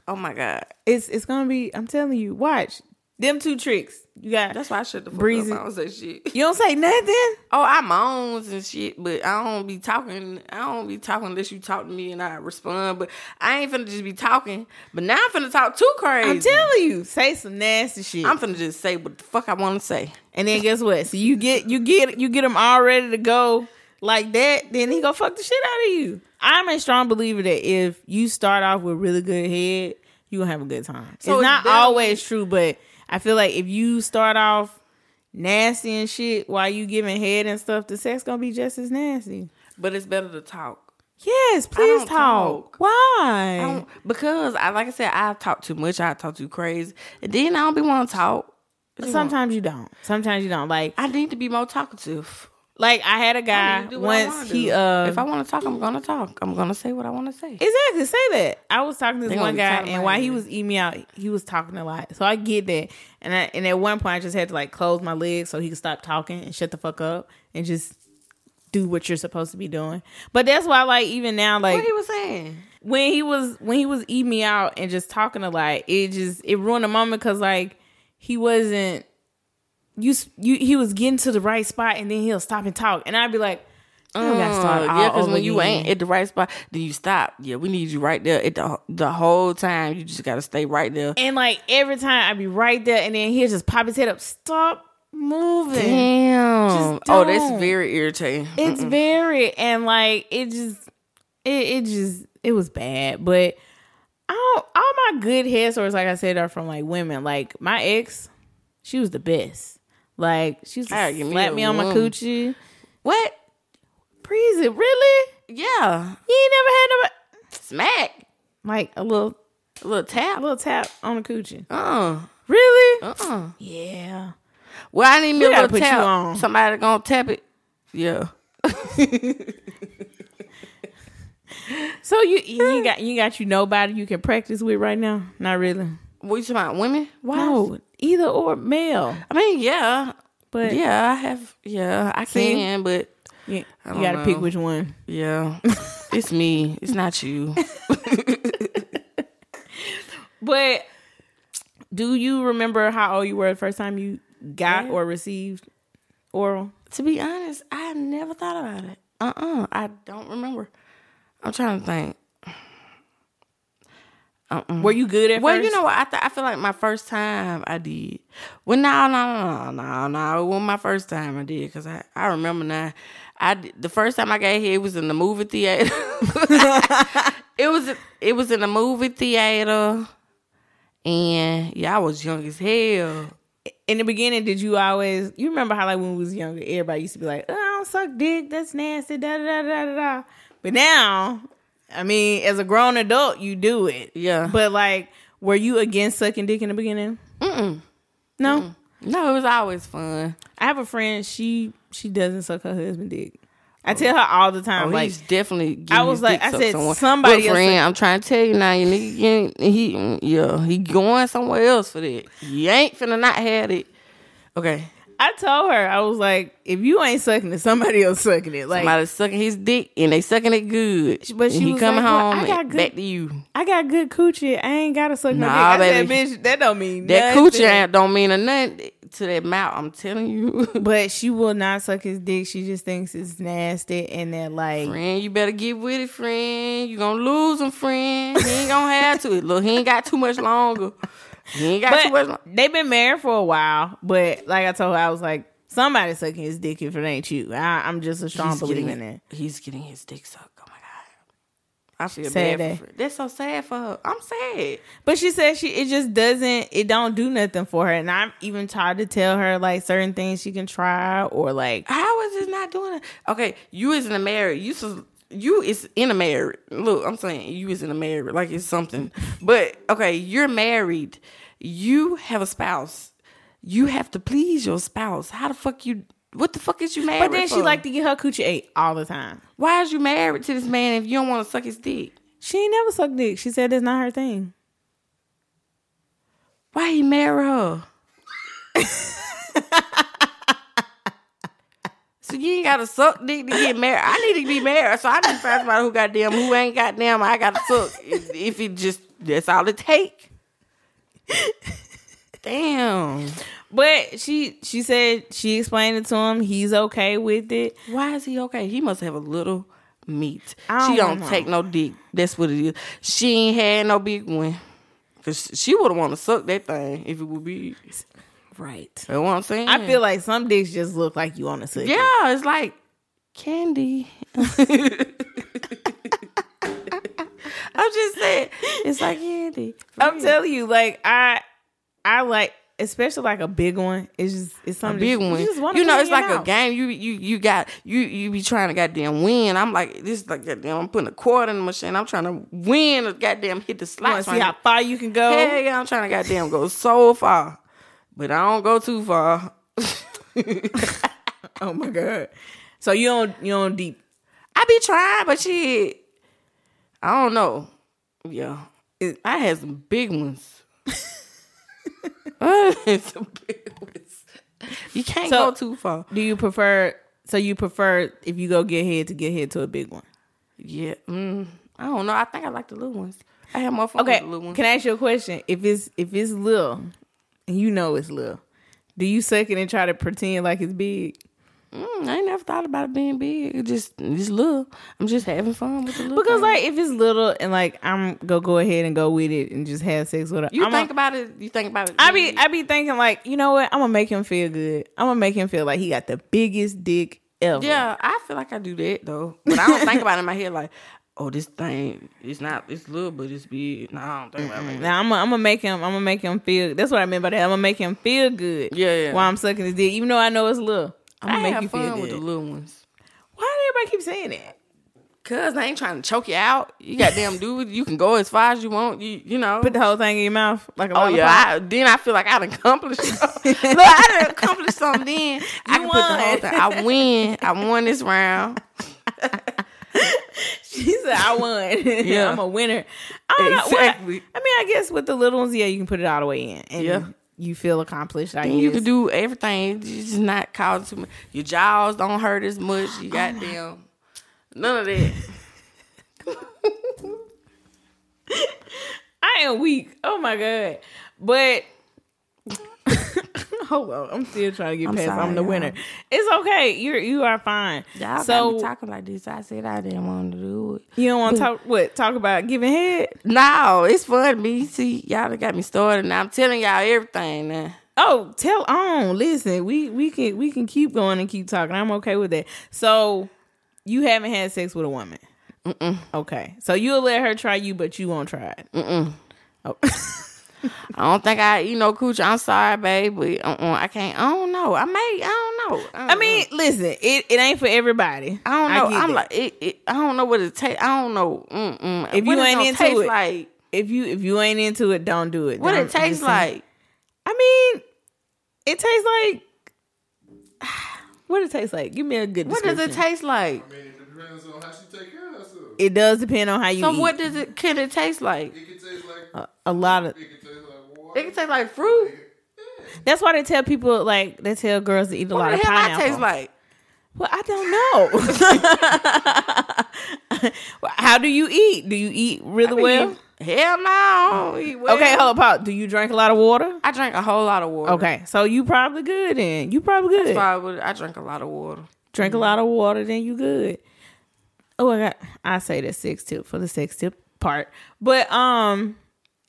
[SPEAKER 3] Oh my god,
[SPEAKER 1] it's it's gonna be. I'm telling you, watch them two tricks. You got
[SPEAKER 3] that's why I shut the fuck
[SPEAKER 1] Breezy.
[SPEAKER 3] up. I don't say shit. [LAUGHS]
[SPEAKER 1] you don't say nothing.
[SPEAKER 3] Oh, I moans and shit, but I don't be talking. I don't be talking unless you talk to me and I respond. But I ain't finna just be talking. But now I'm finna talk too crazy.
[SPEAKER 1] I'm telling you, say some nasty shit.
[SPEAKER 3] I'm finna just say what the fuck I want to say.
[SPEAKER 1] And then guess what? So you get you get you get him all ready to go like that, then he gonna fuck the shit out of you. I'm a strong believer that if you start off with really good head, you gonna have a good time.
[SPEAKER 3] So
[SPEAKER 1] it's
[SPEAKER 3] it's
[SPEAKER 1] not
[SPEAKER 3] better-
[SPEAKER 1] always true, but I feel like if you start off nasty and shit while you giving head and stuff, the sex gonna be just as nasty.
[SPEAKER 3] But it's better to talk.
[SPEAKER 1] Yes, please
[SPEAKER 3] don't
[SPEAKER 1] talk.
[SPEAKER 3] talk. I
[SPEAKER 1] Why?
[SPEAKER 3] don't, because I like I said, I talk too much. I talk too crazy. And then I don't be want to talk. I just want-
[SPEAKER 1] Sometimes you don't. Sometimes you don't. Like
[SPEAKER 3] I need to be more talkative.
[SPEAKER 1] like I had a
[SPEAKER 3] I
[SPEAKER 1] guy
[SPEAKER 3] need to do what I wanna
[SPEAKER 1] once he
[SPEAKER 3] do.
[SPEAKER 1] uh
[SPEAKER 3] if I want to talk, I'm gonna talk. I'm gonna say what I want to say.
[SPEAKER 1] Exactly. Say that. I was talking to this
[SPEAKER 3] They gonna
[SPEAKER 1] one
[SPEAKER 3] be
[SPEAKER 1] guy,
[SPEAKER 3] tired of
[SPEAKER 1] and
[SPEAKER 3] my
[SPEAKER 1] while he
[SPEAKER 3] head.
[SPEAKER 1] was eating me out, he was talking a lot. So I get that. And I, and at one point, I just had to like close my legs so he could stop talking and shut the fuck up and just do what you're supposed to be doing. But that's why, like, even now, like
[SPEAKER 3] what he was saying.
[SPEAKER 1] when he was when he was eating me out and just talking a lot, it just it ruined the moment because like he wasn't you s- you he was getting to the right spot and then he'll stop and talk, and I'd be like, I don't gotta start
[SPEAKER 3] Uh,
[SPEAKER 1] all
[SPEAKER 3] yeah, because
[SPEAKER 1] over
[SPEAKER 3] when you
[SPEAKER 1] again.
[SPEAKER 3] ain't at the right spot, then you stop. Yeah, we need you right there at the the whole time. You just gotta stay right there.
[SPEAKER 1] And like every time I be right there, and then he'll just pop his head up. Stop moving.
[SPEAKER 3] Damn.
[SPEAKER 1] Just
[SPEAKER 3] Oh, that's
[SPEAKER 1] don't.
[SPEAKER 3] very irritating.
[SPEAKER 1] It's very and like it just it it just it was bad. But all all my good hair stories, like I said, are from like women. Like my ex, she was the best. Like she used to
[SPEAKER 3] Ah, give me
[SPEAKER 1] slap
[SPEAKER 3] a
[SPEAKER 1] me on my
[SPEAKER 3] woman.
[SPEAKER 1] coochie.
[SPEAKER 3] What?
[SPEAKER 1] Breezy, really?
[SPEAKER 3] Yeah.
[SPEAKER 1] You ain't never had nobody
[SPEAKER 3] Smack.
[SPEAKER 1] like a little
[SPEAKER 3] A
[SPEAKER 1] a
[SPEAKER 3] little tap.
[SPEAKER 1] little tap on the coochie.
[SPEAKER 3] Uh.
[SPEAKER 1] Really?
[SPEAKER 3] Uh.
[SPEAKER 1] Yeah.
[SPEAKER 3] Well, I need me
[SPEAKER 1] We
[SPEAKER 3] a
[SPEAKER 1] gotta
[SPEAKER 3] little
[SPEAKER 1] put you
[SPEAKER 3] tap.
[SPEAKER 1] on.
[SPEAKER 3] Somebody gonna tap it. Yeah.
[SPEAKER 1] So you you got you got you nobody you can practice with right now? Not really.
[SPEAKER 3] What you talking about? Women? Why?
[SPEAKER 1] No, either or male.
[SPEAKER 3] I mean, yeah.
[SPEAKER 1] But yeah,
[SPEAKER 3] Yeah, I have. Yeah, I
[SPEAKER 1] See?
[SPEAKER 3] can, but
[SPEAKER 1] you, you
[SPEAKER 3] don't
[SPEAKER 1] gotta pick
[SPEAKER 3] know.
[SPEAKER 1] which one.
[SPEAKER 3] [LAUGHS] yeah. it's me. It's not you.
[SPEAKER 1] But do you remember how old you were the first time you got or received oral?
[SPEAKER 3] [LAUGHS] to be honest, I never thought about it. Uh uh I don't remember. I'm trying to think.
[SPEAKER 1] Were you good at
[SPEAKER 3] Mm. Well,
[SPEAKER 1] first?
[SPEAKER 3] you know what? I th- I feel like my first time I did. Well, no, no, no, no, no, no. It wasn't my first time I did because I, I remember now. I d- the first time I got here it was in the movie theater. [LAUGHS] it was it was in the movie theater, and yeah, I was young as hell.
[SPEAKER 1] in the beginning, did you always you remember how like when we was younger, everybody used to be like, oh, I don't suck dick, that's nasty, da da da da da da. But now, I mean, as a grown adult, you do it.
[SPEAKER 3] Yeah.
[SPEAKER 1] But like, were you against sucking dick in the beginning? Mm-mm. No.
[SPEAKER 3] No, it was always fun.
[SPEAKER 1] I have a friend, she she doesn't suck her husband dick. I tell her all the time,
[SPEAKER 3] Oh,
[SPEAKER 1] like
[SPEAKER 3] he's definitely. Getting
[SPEAKER 1] I was
[SPEAKER 3] his
[SPEAKER 1] like-
[SPEAKER 3] dicks
[SPEAKER 1] I
[SPEAKER 3] up
[SPEAKER 1] said
[SPEAKER 3] somewhere.
[SPEAKER 1] somebody
[SPEAKER 3] But
[SPEAKER 1] else-
[SPEAKER 3] friend, I'm trying to tell you now, you nigga, you ain't- he, mm, yeah, he going somewhere else for that. You ain't finna not have it. Okay,
[SPEAKER 1] I told her, I was like, if you ain't sucking it, somebody else sucking it. Like
[SPEAKER 3] somebody sucking his dick and they sucking it good.
[SPEAKER 1] She- but she
[SPEAKER 3] and he
[SPEAKER 1] was
[SPEAKER 3] coming
[SPEAKER 1] like, well,
[SPEAKER 3] home
[SPEAKER 1] I got
[SPEAKER 3] and
[SPEAKER 1] good-
[SPEAKER 3] back to you.
[SPEAKER 1] I got good coochie. I ain't gotta suck no
[SPEAKER 3] Nah,
[SPEAKER 1] dick. I
[SPEAKER 3] baby.
[SPEAKER 1] said, bitch, that don't mean
[SPEAKER 3] That
[SPEAKER 1] nothing.
[SPEAKER 3] coochie ain't- don't mean a nothing to that mouth. I'm telling you, [LAUGHS]
[SPEAKER 1] But she will not suck his dick. She just thinks it's nasty and that like
[SPEAKER 3] friend, you better get with it, friend. You gonna lose him, friend. He ain't gonna have to. Look, he ain't got too much longer. He ain't got too
[SPEAKER 1] but
[SPEAKER 3] much. Lo-
[SPEAKER 1] they've been married for a while. But like I told her, I was like, somebody sucking his dick if it ain't you. I, I'm just a strong
[SPEAKER 3] He's
[SPEAKER 1] believer
[SPEAKER 3] getting-
[SPEAKER 1] in that.
[SPEAKER 3] He's getting his dick sucked. Oh my god, I feel
[SPEAKER 1] Sad
[SPEAKER 3] bad.
[SPEAKER 1] day.
[SPEAKER 3] For, that's so sad for her. I'm sad.
[SPEAKER 1] But she said she it just doesn't it don't do nothing for her. And I've even tried to tell her like certain things she can try or like
[SPEAKER 3] How is this not doing it? Okay, you isn't a married. You sus- you is in a marriage. Look, I'm saying you is in a marriage. Like it's something. But okay, you're married. You have a spouse. You have to please your spouse. How the fuck you? What the fuck is you married?
[SPEAKER 1] But then she
[SPEAKER 3] for?
[SPEAKER 1] like to get her coochie ate all the time.
[SPEAKER 3] Why is you married to this man if you don't want to suck his dick?
[SPEAKER 1] She ain't never sucked dick. She said that's not her thing.
[SPEAKER 3] Why he
[SPEAKER 1] [LAUGHS]
[SPEAKER 3] marry her? so you ain't gotta suck dick to get married. I need to be married, so I need to find somebody who goddamn who ain't goddamn. I gotta suck if, if it just that's all it take. Damn.
[SPEAKER 1] But she she said she explained it to him. He's okay with it.
[SPEAKER 3] Why is he okay? He must have a little meat.
[SPEAKER 1] I
[SPEAKER 3] she
[SPEAKER 1] don't
[SPEAKER 3] don't
[SPEAKER 1] know.
[SPEAKER 3] take no dick. That's what it is. She ain't had no big one. Cause she would have want to suck that thing if it would be.
[SPEAKER 1] Right.
[SPEAKER 3] You know what I'm saying?
[SPEAKER 1] I feel like some dicks just look like you on a suck. dick.
[SPEAKER 3] Yeah, it's like candy. I'm just saying, it's like candy.
[SPEAKER 1] I'm telling you, like I I like especially like a big one. It's just it's
[SPEAKER 3] a
[SPEAKER 1] something
[SPEAKER 3] big
[SPEAKER 1] that you-
[SPEAKER 3] one.
[SPEAKER 1] You, just wanna
[SPEAKER 3] You know,
[SPEAKER 1] clean
[SPEAKER 3] it's
[SPEAKER 1] it
[SPEAKER 3] like a
[SPEAKER 1] out.
[SPEAKER 3] game. You you you got you you be trying to goddamn win. I'm like this is like goddamn. I'm putting a quarter in the machine. I'm trying to win or goddamn hit the
[SPEAKER 1] You wanna
[SPEAKER 3] slots.
[SPEAKER 1] see
[SPEAKER 3] right
[SPEAKER 1] how far you can go.
[SPEAKER 3] now. Hell yeah, I'm trying to goddamn go so far, but I don't go too far.
[SPEAKER 1] Oh my god. So you don't you don't deep.
[SPEAKER 3] I be trying, but shit, I don't know. Yeah, It- I had some
[SPEAKER 1] [LAUGHS]
[SPEAKER 3] big ones. [LAUGHS] I had some big ones. You can't
[SPEAKER 1] So-
[SPEAKER 3] go too far.
[SPEAKER 1] Do you prefer so you prefer if you go get head to get head to a big one?
[SPEAKER 3] Yeah, mm, I don't know. I think I like the little ones. I had more fun
[SPEAKER 1] Okay,
[SPEAKER 3] with the little ones.
[SPEAKER 1] can I ask you a question? If it's if it's little, and you know it's little, do you suck it and try to pretend like it's big?
[SPEAKER 3] Mm, I ain't never thought about it being big. It just just little. I'm just having fun with the little.
[SPEAKER 1] Because
[SPEAKER 3] thing.
[SPEAKER 1] like if it's little and like I'm go go ahead and go with it and just have sex with her.
[SPEAKER 3] you
[SPEAKER 1] I'm
[SPEAKER 3] think
[SPEAKER 1] a,
[SPEAKER 3] about it, you think about it.
[SPEAKER 1] I be I be thinking like you know what I'm gonna make him feel good. I'm gonna make him feel like he got the biggest dick ever.
[SPEAKER 3] yeah, I feel like I do that though, but I don't think about it in my head like, oh, this thing, it's not, it's little, but it's big. No, I don't think about it. like that.
[SPEAKER 1] Now I'm gonna I'm gonna make him I'm gonna make him feel. That's what I meant by that. I'm gonna make him feel good.
[SPEAKER 3] Yeah, yeah.
[SPEAKER 1] While I'm sucking his dick, even though I know it's little.
[SPEAKER 3] I'm gonna
[SPEAKER 1] I
[SPEAKER 3] have
[SPEAKER 1] have
[SPEAKER 3] fun with the
[SPEAKER 1] good.
[SPEAKER 3] little ones.
[SPEAKER 1] Why do everybody keep saying that?
[SPEAKER 3] Cause I ain't trying to choke you out. You [LAUGHS] goddamn do it. You can go as far as you want. You you know.
[SPEAKER 1] Put the whole thing in your mouth like a
[SPEAKER 3] oh yeah.
[SPEAKER 1] lollipop. [LAUGHS]
[SPEAKER 3] I, then I feel like I'd accomplished. [LAUGHS] something. Look, I'd accomplished something. Then I
[SPEAKER 1] You
[SPEAKER 3] can put the whole
[SPEAKER 1] won.
[SPEAKER 3] thing. I win. I won this [LAUGHS] round.
[SPEAKER 1] She said I won. [LAUGHS]
[SPEAKER 3] Yeah.
[SPEAKER 1] I'm a winner. I don't know. Well,
[SPEAKER 3] Exactly.
[SPEAKER 1] I mean, I guess with the little ones, yeah, you can put it all the way in, and
[SPEAKER 3] Yeah.
[SPEAKER 1] you feel accomplished. I
[SPEAKER 3] You
[SPEAKER 1] guess.
[SPEAKER 3] can do everything. You just not causing too much. Your jaws don't hurt as much. You [SIGHS] goddamn none of that.
[SPEAKER 1] I am weak. Oh my god. But [LAUGHS] hold on, I'm still trying to get
[SPEAKER 3] I'm
[SPEAKER 1] past.
[SPEAKER 3] sorry,
[SPEAKER 1] I'm the
[SPEAKER 3] y'all.
[SPEAKER 1] winner. It's okay. You're you are fine.
[SPEAKER 3] Y'all got
[SPEAKER 1] so
[SPEAKER 3] me talking like this. I said I didn't want to do it.
[SPEAKER 1] you don't want to talk what talk about giving head?
[SPEAKER 3] No, it's fun. Me see y'all done got me started. Now I'm telling y'all everything. Now.
[SPEAKER 1] Oh, tell on. Listen, we we can we can keep going and keep talking. I'm okay with that. So you haven't had sex with a woman. Okay, so you'll let her try you, but you won't try it. Oh. [LAUGHS]
[SPEAKER 3] I don't think I eat no coochie. I'm sorry, babe, but uh-uh, I can't. I don't know. I may. I don't know.
[SPEAKER 1] I mean, listen, it, it ain't for everybody.
[SPEAKER 3] I don't know.
[SPEAKER 1] get
[SPEAKER 3] I am
[SPEAKER 1] that.
[SPEAKER 3] like, it, it, I don't know what it tastes. I don't know. Mm-mm.
[SPEAKER 1] If
[SPEAKER 3] What
[SPEAKER 1] you
[SPEAKER 3] it
[SPEAKER 1] ain't
[SPEAKER 3] gonna
[SPEAKER 1] into
[SPEAKER 3] taste
[SPEAKER 1] it,
[SPEAKER 3] like,
[SPEAKER 1] if you if you ain't into it, don't do it.
[SPEAKER 3] what
[SPEAKER 1] Don't-
[SPEAKER 3] it tastes
[SPEAKER 1] just-
[SPEAKER 3] like.
[SPEAKER 1] I mean, it tastes like [SIGHS] what it tastes like. Give me a good.
[SPEAKER 3] What does it
[SPEAKER 1] description.
[SPEAKER 3] taste like?
[SPEAKER 2] I mean, it depends on how she take care of herself. It
[SPEAKER 1] It does depend on how you
[SPEAKER 3] So
[SPEAKER 1] eat.
[SPEAKER 3] what does it? Can it taste like?
[SPEAKER 2] can taste like
[SPEAKER 1] a, a lot of
[SPEAKER 2] it can taste like
[SPEAKER 3] Uh. It
[SPEAKER 2] water.
[SPEAKER 3] can taste like fruit.
[SPEAKER 1] that's why they tell people like they tell girls to eat a lot of
[SPEAKER 3] What the hell
[SPEAKER 1] pineapple.
[SPEAKER 3] I taste like?
[SPEAKER 1] Well, I don't know. [LAUGHS] Well, how do you eat? Do you eat really well?
[SPEAKER 3] Hell no. I don't eat well.
[SPEAKER 1] Okay, hold up, Paul. Do you drink a lot of water?
[SPEAKER 3] I drank a whole lot of water.
[SPEAKER 1] Okay, so you probably good then. You probably good.
[SPEAKER 3] That's why I would- I drank a lot of water.
[SPEAKER 1] drink a lot of water, then you good. Oh, I got I say that sex tip for the sex tip part. But um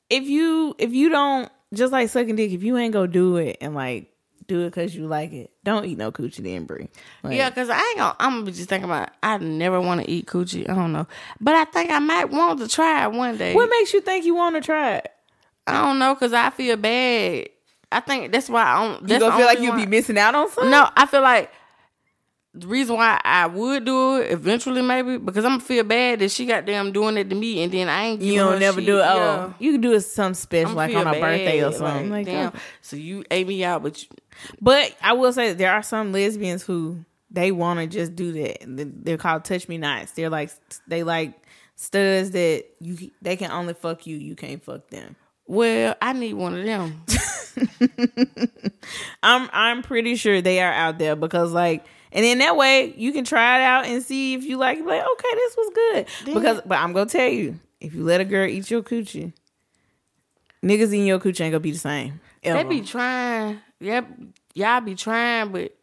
[SPEAKER 1] if you if you don't just like sucking dick, if you ain't gonna do it and like do it cause you like it, don't eat no coochie then Brie. Like,
[SPEAKER 3] Yeah, cause I ain't gonna. I'm just thinking about. I never want to eat coochie. I don't know, but I think I might want to try it one day.
[SPEAKER 1] What makes you think you wanna try it?
[SPEAKER 3] I don't know, cause I feel bad. I think that's why I don't.
[SPEAKER 1] You
[SPEAKER 3] that's
[SPEAKER 1] gonna
[SPEAKER 3] the
[SPEAKER 1] feel like
[SPEAKER 3] only
[SPEAKER 1] you'll be
[SPEAKER 3] one-
[SPEAKER 1] missing out on something?
[SPEAKER 3] [LAUGHS] No, I feel like the reason why I would do it eventually, maybe because I'm gonna feel bad that she got them doing it to me, and then I ain't.
[SPEAKER 1] You
[SPEAKER 3] giving
[SPEAKER 1] don't
[SPEAKER 3] her
[SPEAKER 1] never
[SPEAKER 3] shit.
[SPEAKER 1] do it. Oh,
[SPEAKER 3] Yeah.
[SPEAKER 1] you can do it something special,
[SPEAKER 3] I'ma
[SPEAKER 1] like
[SPEAKER 3] feel
[SPEAKER 1] on a birthday or
[SPEAKER 3] bad,
[SPEAKER 1] something. Like,
[SPEAKER 3] damn.
[SPEAKER 1] oh.
[SPEAKER 3] So you ate me out, but you,
[SPEAKER 1] But I will say that there are some lesbians who they want to just do that. And th- They're called touch me nots. They're like they like studs that you they can only fuck you. You can't fuck them.
[SPEAKER 3] well, I need one of them.
[SPEAKER 1] I'm I'm pretty sure they are out there because like and in that way you can try it out and see if you like it. Like okay, this was good because but I'm gonna tell you if you let a girl eat your coochie, niggas eating your coochie ain't gonna be the same.
[SPEAKER 3] They
[SPEAKER 1] ever.
[SPEAKER 3] be trying. Yep, y'all be trying, but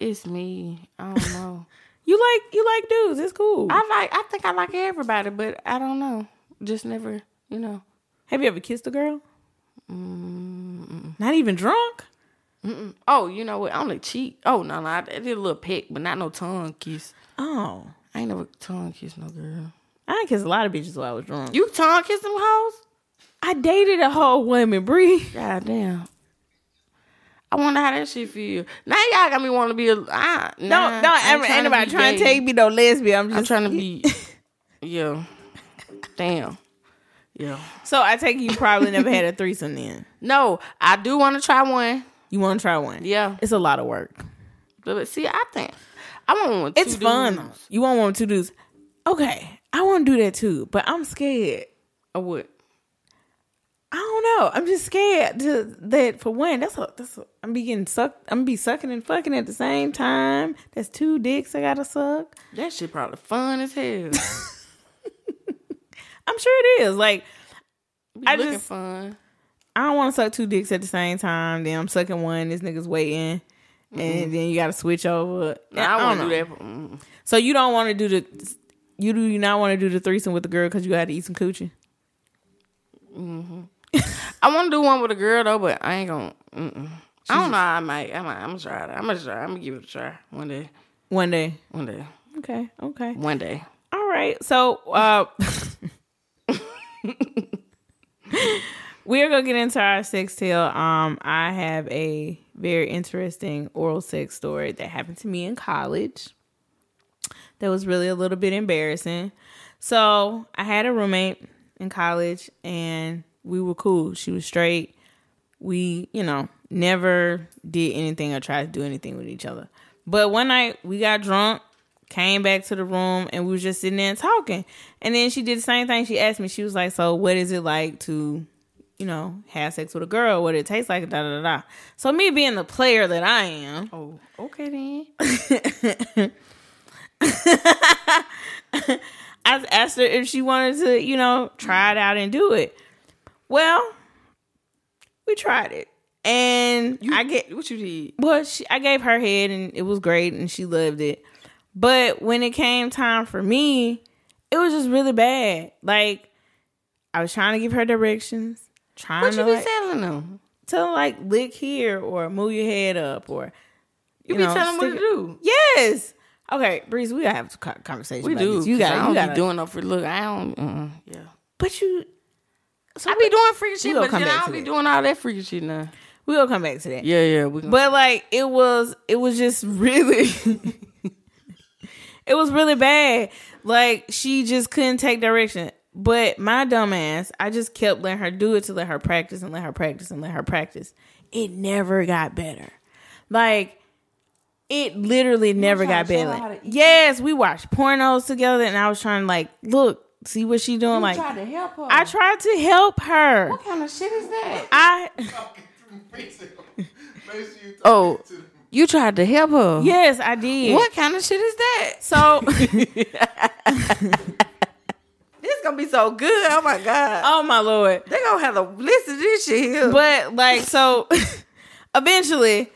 [SPEAKER 3] it's me. I don't know.
[SPEAKER 1] you like you like dudes. It's cool.
[SPEAKER 3] [LAUGHS] I like. I think I like everybody, but I don't know. Just never, you know.
[SPEAKER 1] Have you ever kissed a girl? Not even drunk.
[SPEAKER 3] Oh, you know what? On the cheek. Oh no, no. I did a little peck, but not no tongue kiss.
[SPEAKER 1] Oh,
[SPEAKER 3] I ain't never tongue kiss no girl.
[SPEAKER 1] I kissed a lot of bitches while I was drunk.
[SPEAKER 3] You tongue kiss them hoes?
[SPEAKER 1] I dated a whole woman, Bree.
[SPEAKER 3] God damn. I wonder how that shit feel. Now y'all got me want to be a. I,
[SPEAKER 1] Don't
[SPEAKER 3] [LAUGHS] nah,
[SPEAKER 1] don't
[SPEAKER 3] I
[SPEAKER 1] ever
[SPEAKER 3] ain't tryna
[SPEAKER 1] anybody
[SPEAKER 3] be
[SPEAKER 1] trying to
[SPEAKER 3] gay.
[SPEAKER 1] take me no lesbian. I'm just
[SPEAKER 3] I'm trying
[SPEAKER 1] [LAUGHS]
[SPEAKER 3] to be. yeah. Damn. Yeah.
[SPEAKER 1] so I take it you probably never had a threesome then.
[SPEAKER 3] No, I do want to try one.
[SPEAKER 1] You want to try one?
[SPEAKER 3] Yeah.
[SPEAKER 1] it's a lot of work.
[SPEAKER 3] But but see, I think I want one. with
[SPEAKER 1] It's
[SPEAKER 3] two
[SPEAKER 1] fun. though.
[SPEAKER 3] dudes.
[SPEAKER 1] You won't want two dudes. Okay, I want to do that too, but I'm scared.
[SPEAKER 3] Or what?
[SPEAKER 1] I don't know. I'm just scared to, that for one, that's a, that's a, I'm be getting sucked. I'm be sucking and fucking at the same time. That's two dicks I gotta suck.
[SPEAKER 3] That shit probably fun
[SPEAKER 1] [LAUGHS]
[SPEAKER 3] as hell. Be
[SPEAKER 1] I'm sure it is. Like I
[SPEAKER 3] looking
[SPEAKER 1] just-
[SPEAKER 3] fun.
[SPEAKER 1] I don't want to suck two dicks at the same time. Then I'm sucking one. This nigga's waiting. and then you got to switch over.
[SPEAKER 3] Mm-hmm. Nah, I
[SPEAKER 1] don't
[SPEAKER 3] wouldn't do
[SPEAKER 1] know.
[SPEAKER 3] that. Mm.
[SPEAKER 1] So you don't want to do the, you do you not want to do the threesome with the girl because you got to eat some coochie.
[SPEAKER 3] I want to do one with a girl though, but I ain't gonna. Mm-mm. I don't know. I might. I might. I'm gonna try it. I'm gonna try. I'm gonna give it a try one day.
[SPEAKER 1] One day.
[SPEAKER 3] One day.
[SPEAKER 1] Okay. Okay.
[SPEAKER 3] One day.
[SPEAKER 1] All right. So uh [LAUGHS] we are gonna get into our sex tale. Um, I have a very interesting oral sex story that happened to me in college. That was really a little bit embarrassing. So I had a roommate in college, and we were cool. She was straight. We, you know, never did anything or tried to do anything with each other. But one night we got drunk, came back to the room, and we was just sitting there and talking. And then she did the same thing. She asked me. She was like, "So, what is it like to?" You know, have sex with a girl, what it tastes like, da da da. da." So me being the player that I am,
[SPEAKER 3] Oh, okay then.
[SPEAKER 1] I asked her if she wanted to, you know, try it out and do it. Well, we tried it, and I get
[SPEAKER 3] What you did?
[SPEAKER 1] well. She, I gave her head, and it was great, and she loved it. But when it came time for me, it was just really bad. Like I was trying to give her directions, trying
[SPEAKER 3] What
[SPEAKER 1] to
[SPEAKER 3] you be
[SPEAKER 1] like,
[SPEAKER 3] telling them?
[SPEAKER 1] to like lick here or move your head up or
[SPEAKER 3] You,
[SPEAKER 1] you,
[SPEAKER 3] be
[SPEAKER 1] know,
[SPEAKER 3] telling them what to
[SPEAKER 1] stick it-
[SPEAKER 3] do.
[SPEAKER 1] Yes. Okay, Breeze, we gotta have a co- conversation.
[SPEAKER 3] We
[SPEAKER 1] about
[SPEAKER 3] do.
[SPEAKER 1] This. You
[SPEAKER 3] 'cause I
[SPEAKER 1] got.
[SPEAKER 3] don't
[SPEAKER 1] You got
[SPEAKER 3] be
[SPEAKER 1] doing.
[SPEAKER 3] doing no free. Look, I don't. Uh-uh. Yeah.
[SPEAKER 1] But you. So
[SPEAKER 3] I be doing freaky
[SPEAKER 1] We
[SPEAKER 3] shit,
[SPEAKER 1] gonna
[SPEAKER 3] but
[SPEAKER 1] come
[SPEAKER 3] then
[SPEAKER 1] back
[SPEAKER 3] I
[SPEAKER 1] to
[SPEAKER 3] don't be
[SPEAKER 1] that.
[SPEAKER 3] doing all that freaky shit now.
[SPEAKER 1] We will come back to that.
[SPEAKER 3] Yeah, yeah. We gonna,
[SPEAKER 1] But like it was it was just really [LAUGHS] it was really bad. Like she just couldn't take direction. But my dumbass, I just kept letting her do it to let her practice and let her practice and let her practice. It never got better. Like it literally never got
[SPEAKER 3] trying to show her how
[SPEAKER 1] better.
[SPEAKER 3] to eat.
[SPEAKER 1] Yes, we watched pornos together and I was trying to like look, see what she doing. like
[SPEAKER 3] to help her.
[SPEAKER 1] I tried to help her.
[SPEAKER 3] what kind of shit is that?
[SPEAKER 1] I
[SPEAKER 2] [LAUGHS]
[SPEAKER 1] [LAUGHS]
[SPEAKER 2] Talking
[SPEAKER 3] [LAUGHS]
[SPEAKER 2] to me, so Make sure you talk
[SPEAKER 3] Oh,
[SPEAKER 2] to them.
[SPEAKER 3] you tried to help her.
[SPEAKER 1] yes, I did.
[SPEAKER 3] What kind of shit is that?
[SPEAKER 1] So [LAUGHS]
[SPEAKER 3] This gonna be so good. Oh my god.
[SPEAKER 1] Oh my lord.
[SPEAKER 3] They gonna have to listen to this shit here.
[SPEAKER 1] But like so [LAUGHS] eventually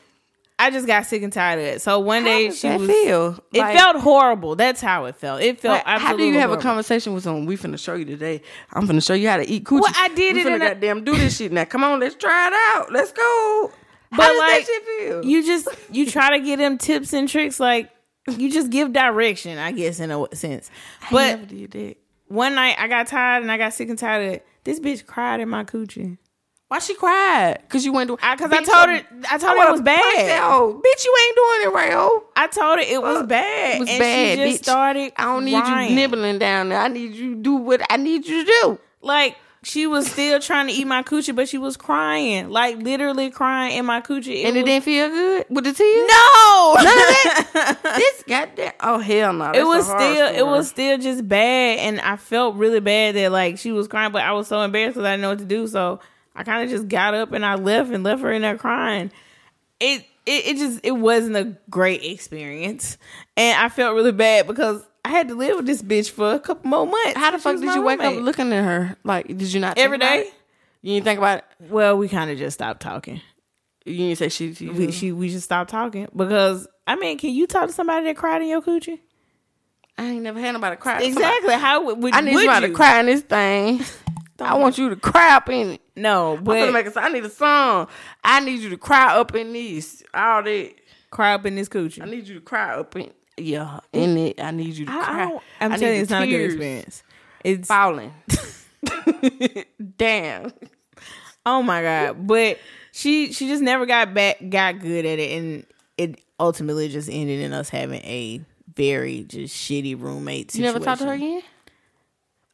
[SPEAKER 1] I just got sick and tired of it. So one
[SPEAKER 3] how
[SPEAKER 1] day
[SPEAKER 3] does
[SPEAKER 1] she
[SPEAKER 3] that
[SPEAKER 1] was
[SPEAKER 3] feel?
[SPEAKER 1] it
[SPEAKER 3] Like-
[SPEAKER 1] felt horrible. That's how it felt. It felt
[SPEAKER 3] Like, how do
[SPEAKER 1] absolutely
[SPEAKER 3] you have a
[SPEAKER 1] horrible.
[SPEAKER 3] conversation with someone? We finna show you today. I'm finna show you how to eat coochie.
[SPEAKER 1] Well, I did
[SPEAKER 3] we
[SPEAKER 1] it
[SPEAKER 3] Finna
[SPEAKER 1] in a-
[SPEAKER 3] goddamn do this shit now. Come on, let's try it out. Let's go.
[SPEAKER 1] But,
[SPEAKER 3] how does
[SPEAKER 1] like,
[SPEAKER 3] that shit feel?
[SPEAKER 1] You just you try to get them tips and tricks like you just give direction, I guess in a sense.
[SPEAKER 3] I
[SPEAKER 1] But
[SPEAKER 3] never did that.
[SPEAKER 1] one night I got tired and I got sick and tired of it. This bitch cried in my coochie.
[SPEAKER 3] Why she cried? Cause you went to
[SPEAKER 1] I, Cause I told her, I told her it was bad.
[SPEAKER 3] Bitch, you ain't doing it right, oh.
[SPEAKER 1] I told her it was bad.
[SPEAKER 3] It was
[SPEAKER 1] and
[SPEAKER 3] bad.
[SPEAKER 1] She just
[SPEAKER 3] bitch.
[SPEAKER 1] started.
[SPEAKER 3] I don't need
[SPEAKER 1] crying.
[SPEAKER 3] you nibbling down there. I need you to do what I need you to do.
[SPEAKER 1] like she was still trying to eat my coochie, but she was crying, like literally crying in my coochie. It
[SPEAKER 3] And it
[SPEAKER 1] was-
[SPEAKER 3] didn't feel good with the tears.
[SPEAKER 1] no,
[SPEAKER 3] None of that. [LAUGHS] this goddamn. Oh hell no.
[SPEAKER 1] [LAUGHS]
[SPEAKER 3] That's
[SPEAKER 1] it was
[SPEAKER 3] a horror
[SPEAKER 1] still it
[SPEAKER 3] story.
[SPEAKER 1] was still just bad, and I felt really bad that like she was crying, but I was so embarrassed because I didn't know what to do, so I kind of just got up and I left and left her in there crying. It it it just it wasn't a great experience, and I felt really bad because. I had to live with this bitch for a couple more months.
[SPEAKER 3] How the
[SPEAKER 1] She
[SPEAKER 3] fuck
[SPEAKER 1] was
[SPEAKER 3] did
[SPEAKER 1] my
[SPEAKER 3] you wake
[SPEAKER 1] roommate.
[SPEAKER 3] up looking at her? Like, did you not think
[SPEAKER 1] every
[SPEAKER 3] about
[SPEAKER 1] day?
[SPEAKER 3] it? You didn't think about it.
[SPEAKER 1] Well, we kind of just stopped talking.
[SPEAKER 3] You didn't say shit to you.
[SPEAKER 1] we she we just stopped talking because I mean, can you talk to somebody that cried in your
[SPEAKER 3] [LAUGHS]
[SPEAKER 1] coochie?
[SPEAKER 3] I ain't never had nobody cry.
[SPEAKER 1] Exactly. How would, would
[SPEAKER 3] I need
[SPEAKER 1] would
[SPEAKER 3] somebody
[SPEAKER 1] you?
[SPEAKER 3] to cry in
[SPEAKER 1] [LAUGHS]
[SPEAKER 3] this thing. I want you to cry up in it.
[SPEAKER 1] No,
[SPEAKER 3] I'm
[SPEAKER 1] but
[SPEAKER 3] gonna make a song. I need a song. I need you to cry up in this. All that.
[SPEAKER 1] cry up in this
[SPEAKER 3] I
[SPEAKER 1] coochie.
[SPEAKER 3] need you to cry up in yeah in it. I need you to
[SPEAKER 1] I,
[SPEAKER 3] cry.
[SPEAKER 1] I don't, I'm
[SPEAKER 3] I need
[SPEAKER 1] telling you,
[SPEAKER 3] the
[SPEAKER 1] it's not a good
[SPEAKER 3] tears
[SPEAKER 1] experience. It's
[SPEAKER 3] Falling. Damn.
[SPEAKER 1] [LAUGHS] oh my god. But she she just never got back got good at it, and it ultimately just ended in us having a very just shitty roommate
[SPEAKER 3] You
[SPEAKER 1] situation.
[SPEAKER 3] never talked to her again.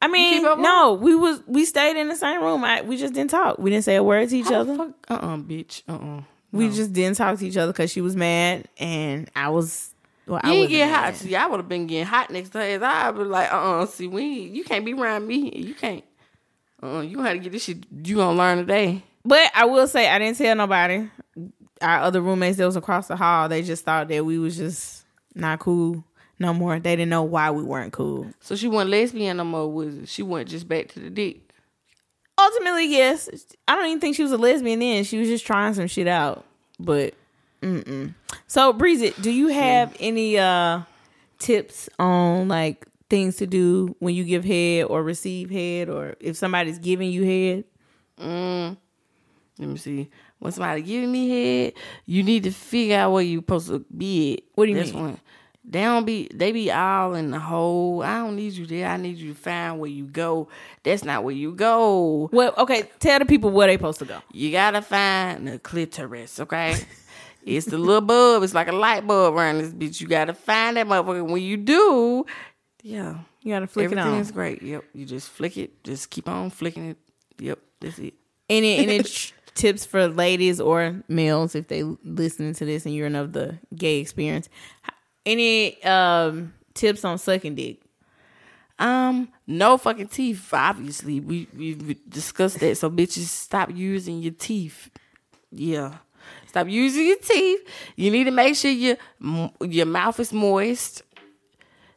[SPEAKER 1] I mean,
[SPEAKER 3] keep up with
[SPEAKER 1] no, we was we stayed in the same room. I, we just didn't talk. We didn't say a word to each
[SPEAKER 3] Uh
[SPEAKER 1] other.
[SPEAKER 3] uh, bitch. Uh uh
[SPEAKER 1] We just didn't talk to each other because she was mad and I was. Well, I
[SPEAKER 3] You
[SPEAKER 1] was
[SPEAKER 3] didn't get hot. See, I would have been getting hot next to his. I'd be like, uh uh see, we you can't be around me. You can't. Uh uh you gonna have to get this shit you gonna learn today.
[SPEAKER 1] But I will say I didn't tell nobody. Our other roommates that was across the hall, they just thought that we was just not cool no more. They didn't know why we weren't cool.
[SPEAKER 3] So she wasn't lesbian no more, was it? She went just back to the dick.
[SPEAKER 1] Ultimately, yes. I don't even think she was a lesbian then. She was just trying some shit out. But mm-mm. So Breezy, do you have any uh tips on like things to do when you give head or receive head or if somebody's giving you head?
[SPEAKER 3] Mm. Let me see. When somebody giving me head, you need to figure out where you supposed to be at.
[SPEAKER 1] What do you
[SPEAKER 3] That's
[SPEAKER 1] mean?
[SPEAKER 3] When they don't be they be all in the hole. I don't need you there. I need you to find where you go. That's not where you go.
[SPEAKER 1] Well, okay, tell the people where they supposed to go.
[SPEAKER 3] You gotta find the
[SPEAKER 1] [LAUGHS]
[SPEAKER 3] clitoris, okay? it's the little bulb. It's like a light bulb around this bitch. You gotta find that motherfucker. When you do, yeah,
[SPEAKER 1] You gotta flick it
[SPEAKER 3] everything
[SPEAKER 1] on.
[SPEAKER 3] is great. Yep, you just flick it. Just keep on flicking it. Yep, that's it.
[SPEAKER 1] Any any [LAUGHS] tr- tips for ladies or males if they listening to this and you're of the gay experience? Any um tips on sucking dick?
[SPEAKER 3] Um, no fucking teeth. Obviously, we we we discussed that. So bitches, stop using your teeth. Yeah, stop using your teeth. You need to make sure your your mouth is moist.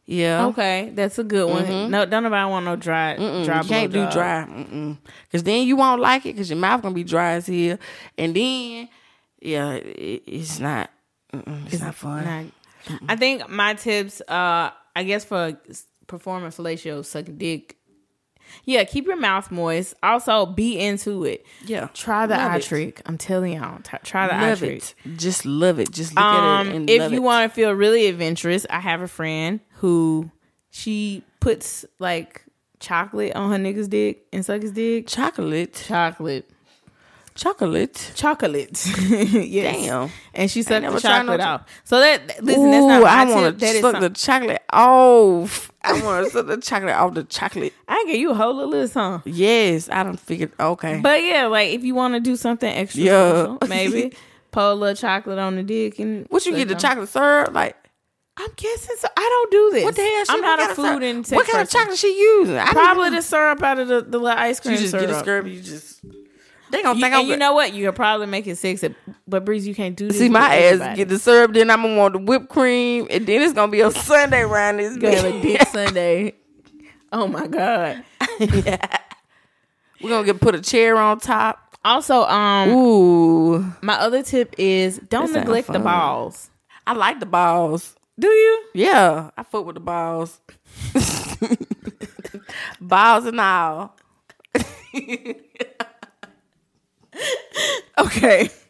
[SPEAKER 3] Yeah. Mm,
[SPEAKER 1] Okay, that's a good one. No, don't nobody want no dry dry.
[SPEAKER 3] You can't do
[SPEAKER 1] blowjob.
[SPEAKER 3] dry, Mm-mm. cause then you won't like it, cause your mouth gonna be dry as hell, and then yeah, it, it's not, mm-mm, it's, not fun.
[SPEAKER 1] Not- I think my tips, uh, I guess for performing fellatio sucking dick, yeah, keep your mouth moist. Also, be into it.
[SPEAKER 3] Yeah.
[SPEAKER 1] try the
[SPEAKER 3] Love
[SPEAKER 1] eye
[SPEAKER 3] it.
[SPEAKER 1] trick. I'm telling y'all, t- try the eye
[SPEAKER 3] love
[SPEAKER 1] trick.
[SPEAKER 3] it, just love it, just look at
[SPEAKER 1] Um,
[SPEAKER 3] it and
[SPEAKER 1] if
[SPEAKER 3] love
[SPEAKER 1] you
[SPEAKER 3] it.
[SPEAKER 1] want to feel really adventurous, I have a friend who she puts like chocolate on her nigga's dick and suck his dick.
[SPEAKER 3] chocolate,
[SPEAKER 1] Chocolate,
[SPEAKER 3] chocolate.
[SPEAKER 1] chocolate. [LAUGHS] yes.
[SPEAKER 3] Damn.
[SPEAKER 1] And she sucked the
[SPEAKER 3] never tried no
[SPEAKER 1] chocolate
[SPEAKER 3] cho-
[SPEAKER 1] off. So that listen, that's not
[SPEAKER 3] Ooh,
[SPEAKER 1] my
[SPEAKER 3] I
[SPEAKER 1] tip.
[SPEAKER 3] want
[SPEAKER 1] That
[SPEAKER 3] to
[SPEAKER 1] is
[SPEAKER 3] suck the
[SPEAKER 1] something.
[SPEAKER 3] chocolate off. I want to suck the chocolate off the chocolate.
[SPEAKER 1] I give you a whole little song.
[SPEAKER 3] Yes, I don't figure. Okay,
[SPEAKER 1] But yeah, like if you want to do something extra,
[SPEAKER 3] Yeah. [LAUGHS]
[SPEAKER 1] special, maybe pour a little chocolate on the dick and
[SPEAKER 3] what you get the
[SPEAKER 1] suck on-
[SPEAKER 3] chocolate syrup? Like
[SPEAKER 1] I'm guessing so. I don't do this.
[SPEAKER 3] what the hell? She
[SPEAKER 1] I'm not a
[SPEAKER 3] what kind of
[SPEAKER 1] food
[SPEAKER 3] syrup-
[SPEAKER 1] intake.
[SPEAKER 3] What kind of
[SPEAKER 1] person.
[SPEAKER 3] chocolate she using? I don't
[SPEAKER 1] Probably
[SPEAKER 3] know.
[SPEAKER 1] the syrup out of the, the little ice cream
[SPEAKER 3] you just
[SPEAKER 1] syrup.
[SPEAKER 3] get a syrup. You just they gonna
[SPEAKER 1] You,
[SPEAKER 3] think I'm.
[SPEAKER 1] and you know what? You could probably make it sexy, but Breeze, you can't do this.
[SPEAKER 3] See
[SPEAKER 1] with
[SPEAKER 3] my ass
[SPEAKER 1] everybody.
[SPEAKER 3] get the syrup, then I'm gonna want the whipped cream, and then it's gonna be a [LAUGHS] Sunday round this
[SPEAKER 1] You have a
[SPEAKER 3] [LAUGHS]
[SPEAKER 1] dick
[SPEAKER 3] bitch.
[SPEAKER 1] Sunday. Oh my god.
[SPEAKER 3] We're gonna get put a chair on top.
[SPEAKER 1] Also, um,
[SPEAKER 3] Ooh,
[SPEAKER 1] my other tip is don't
[SPEAKER 3] That sound
[SPEAKER 1] neglect the
[SPEAKER 3] fun.
[SPEAKER 1] balls.
[SPEAKER 3] I like the balls.
[SPEAKER 1] Do you?
[SPEAKER 3] Yeah, I fuck with the balls. [LAUGHS] balls and all.
[SPEAKER 1] Okay. [LAUGHS]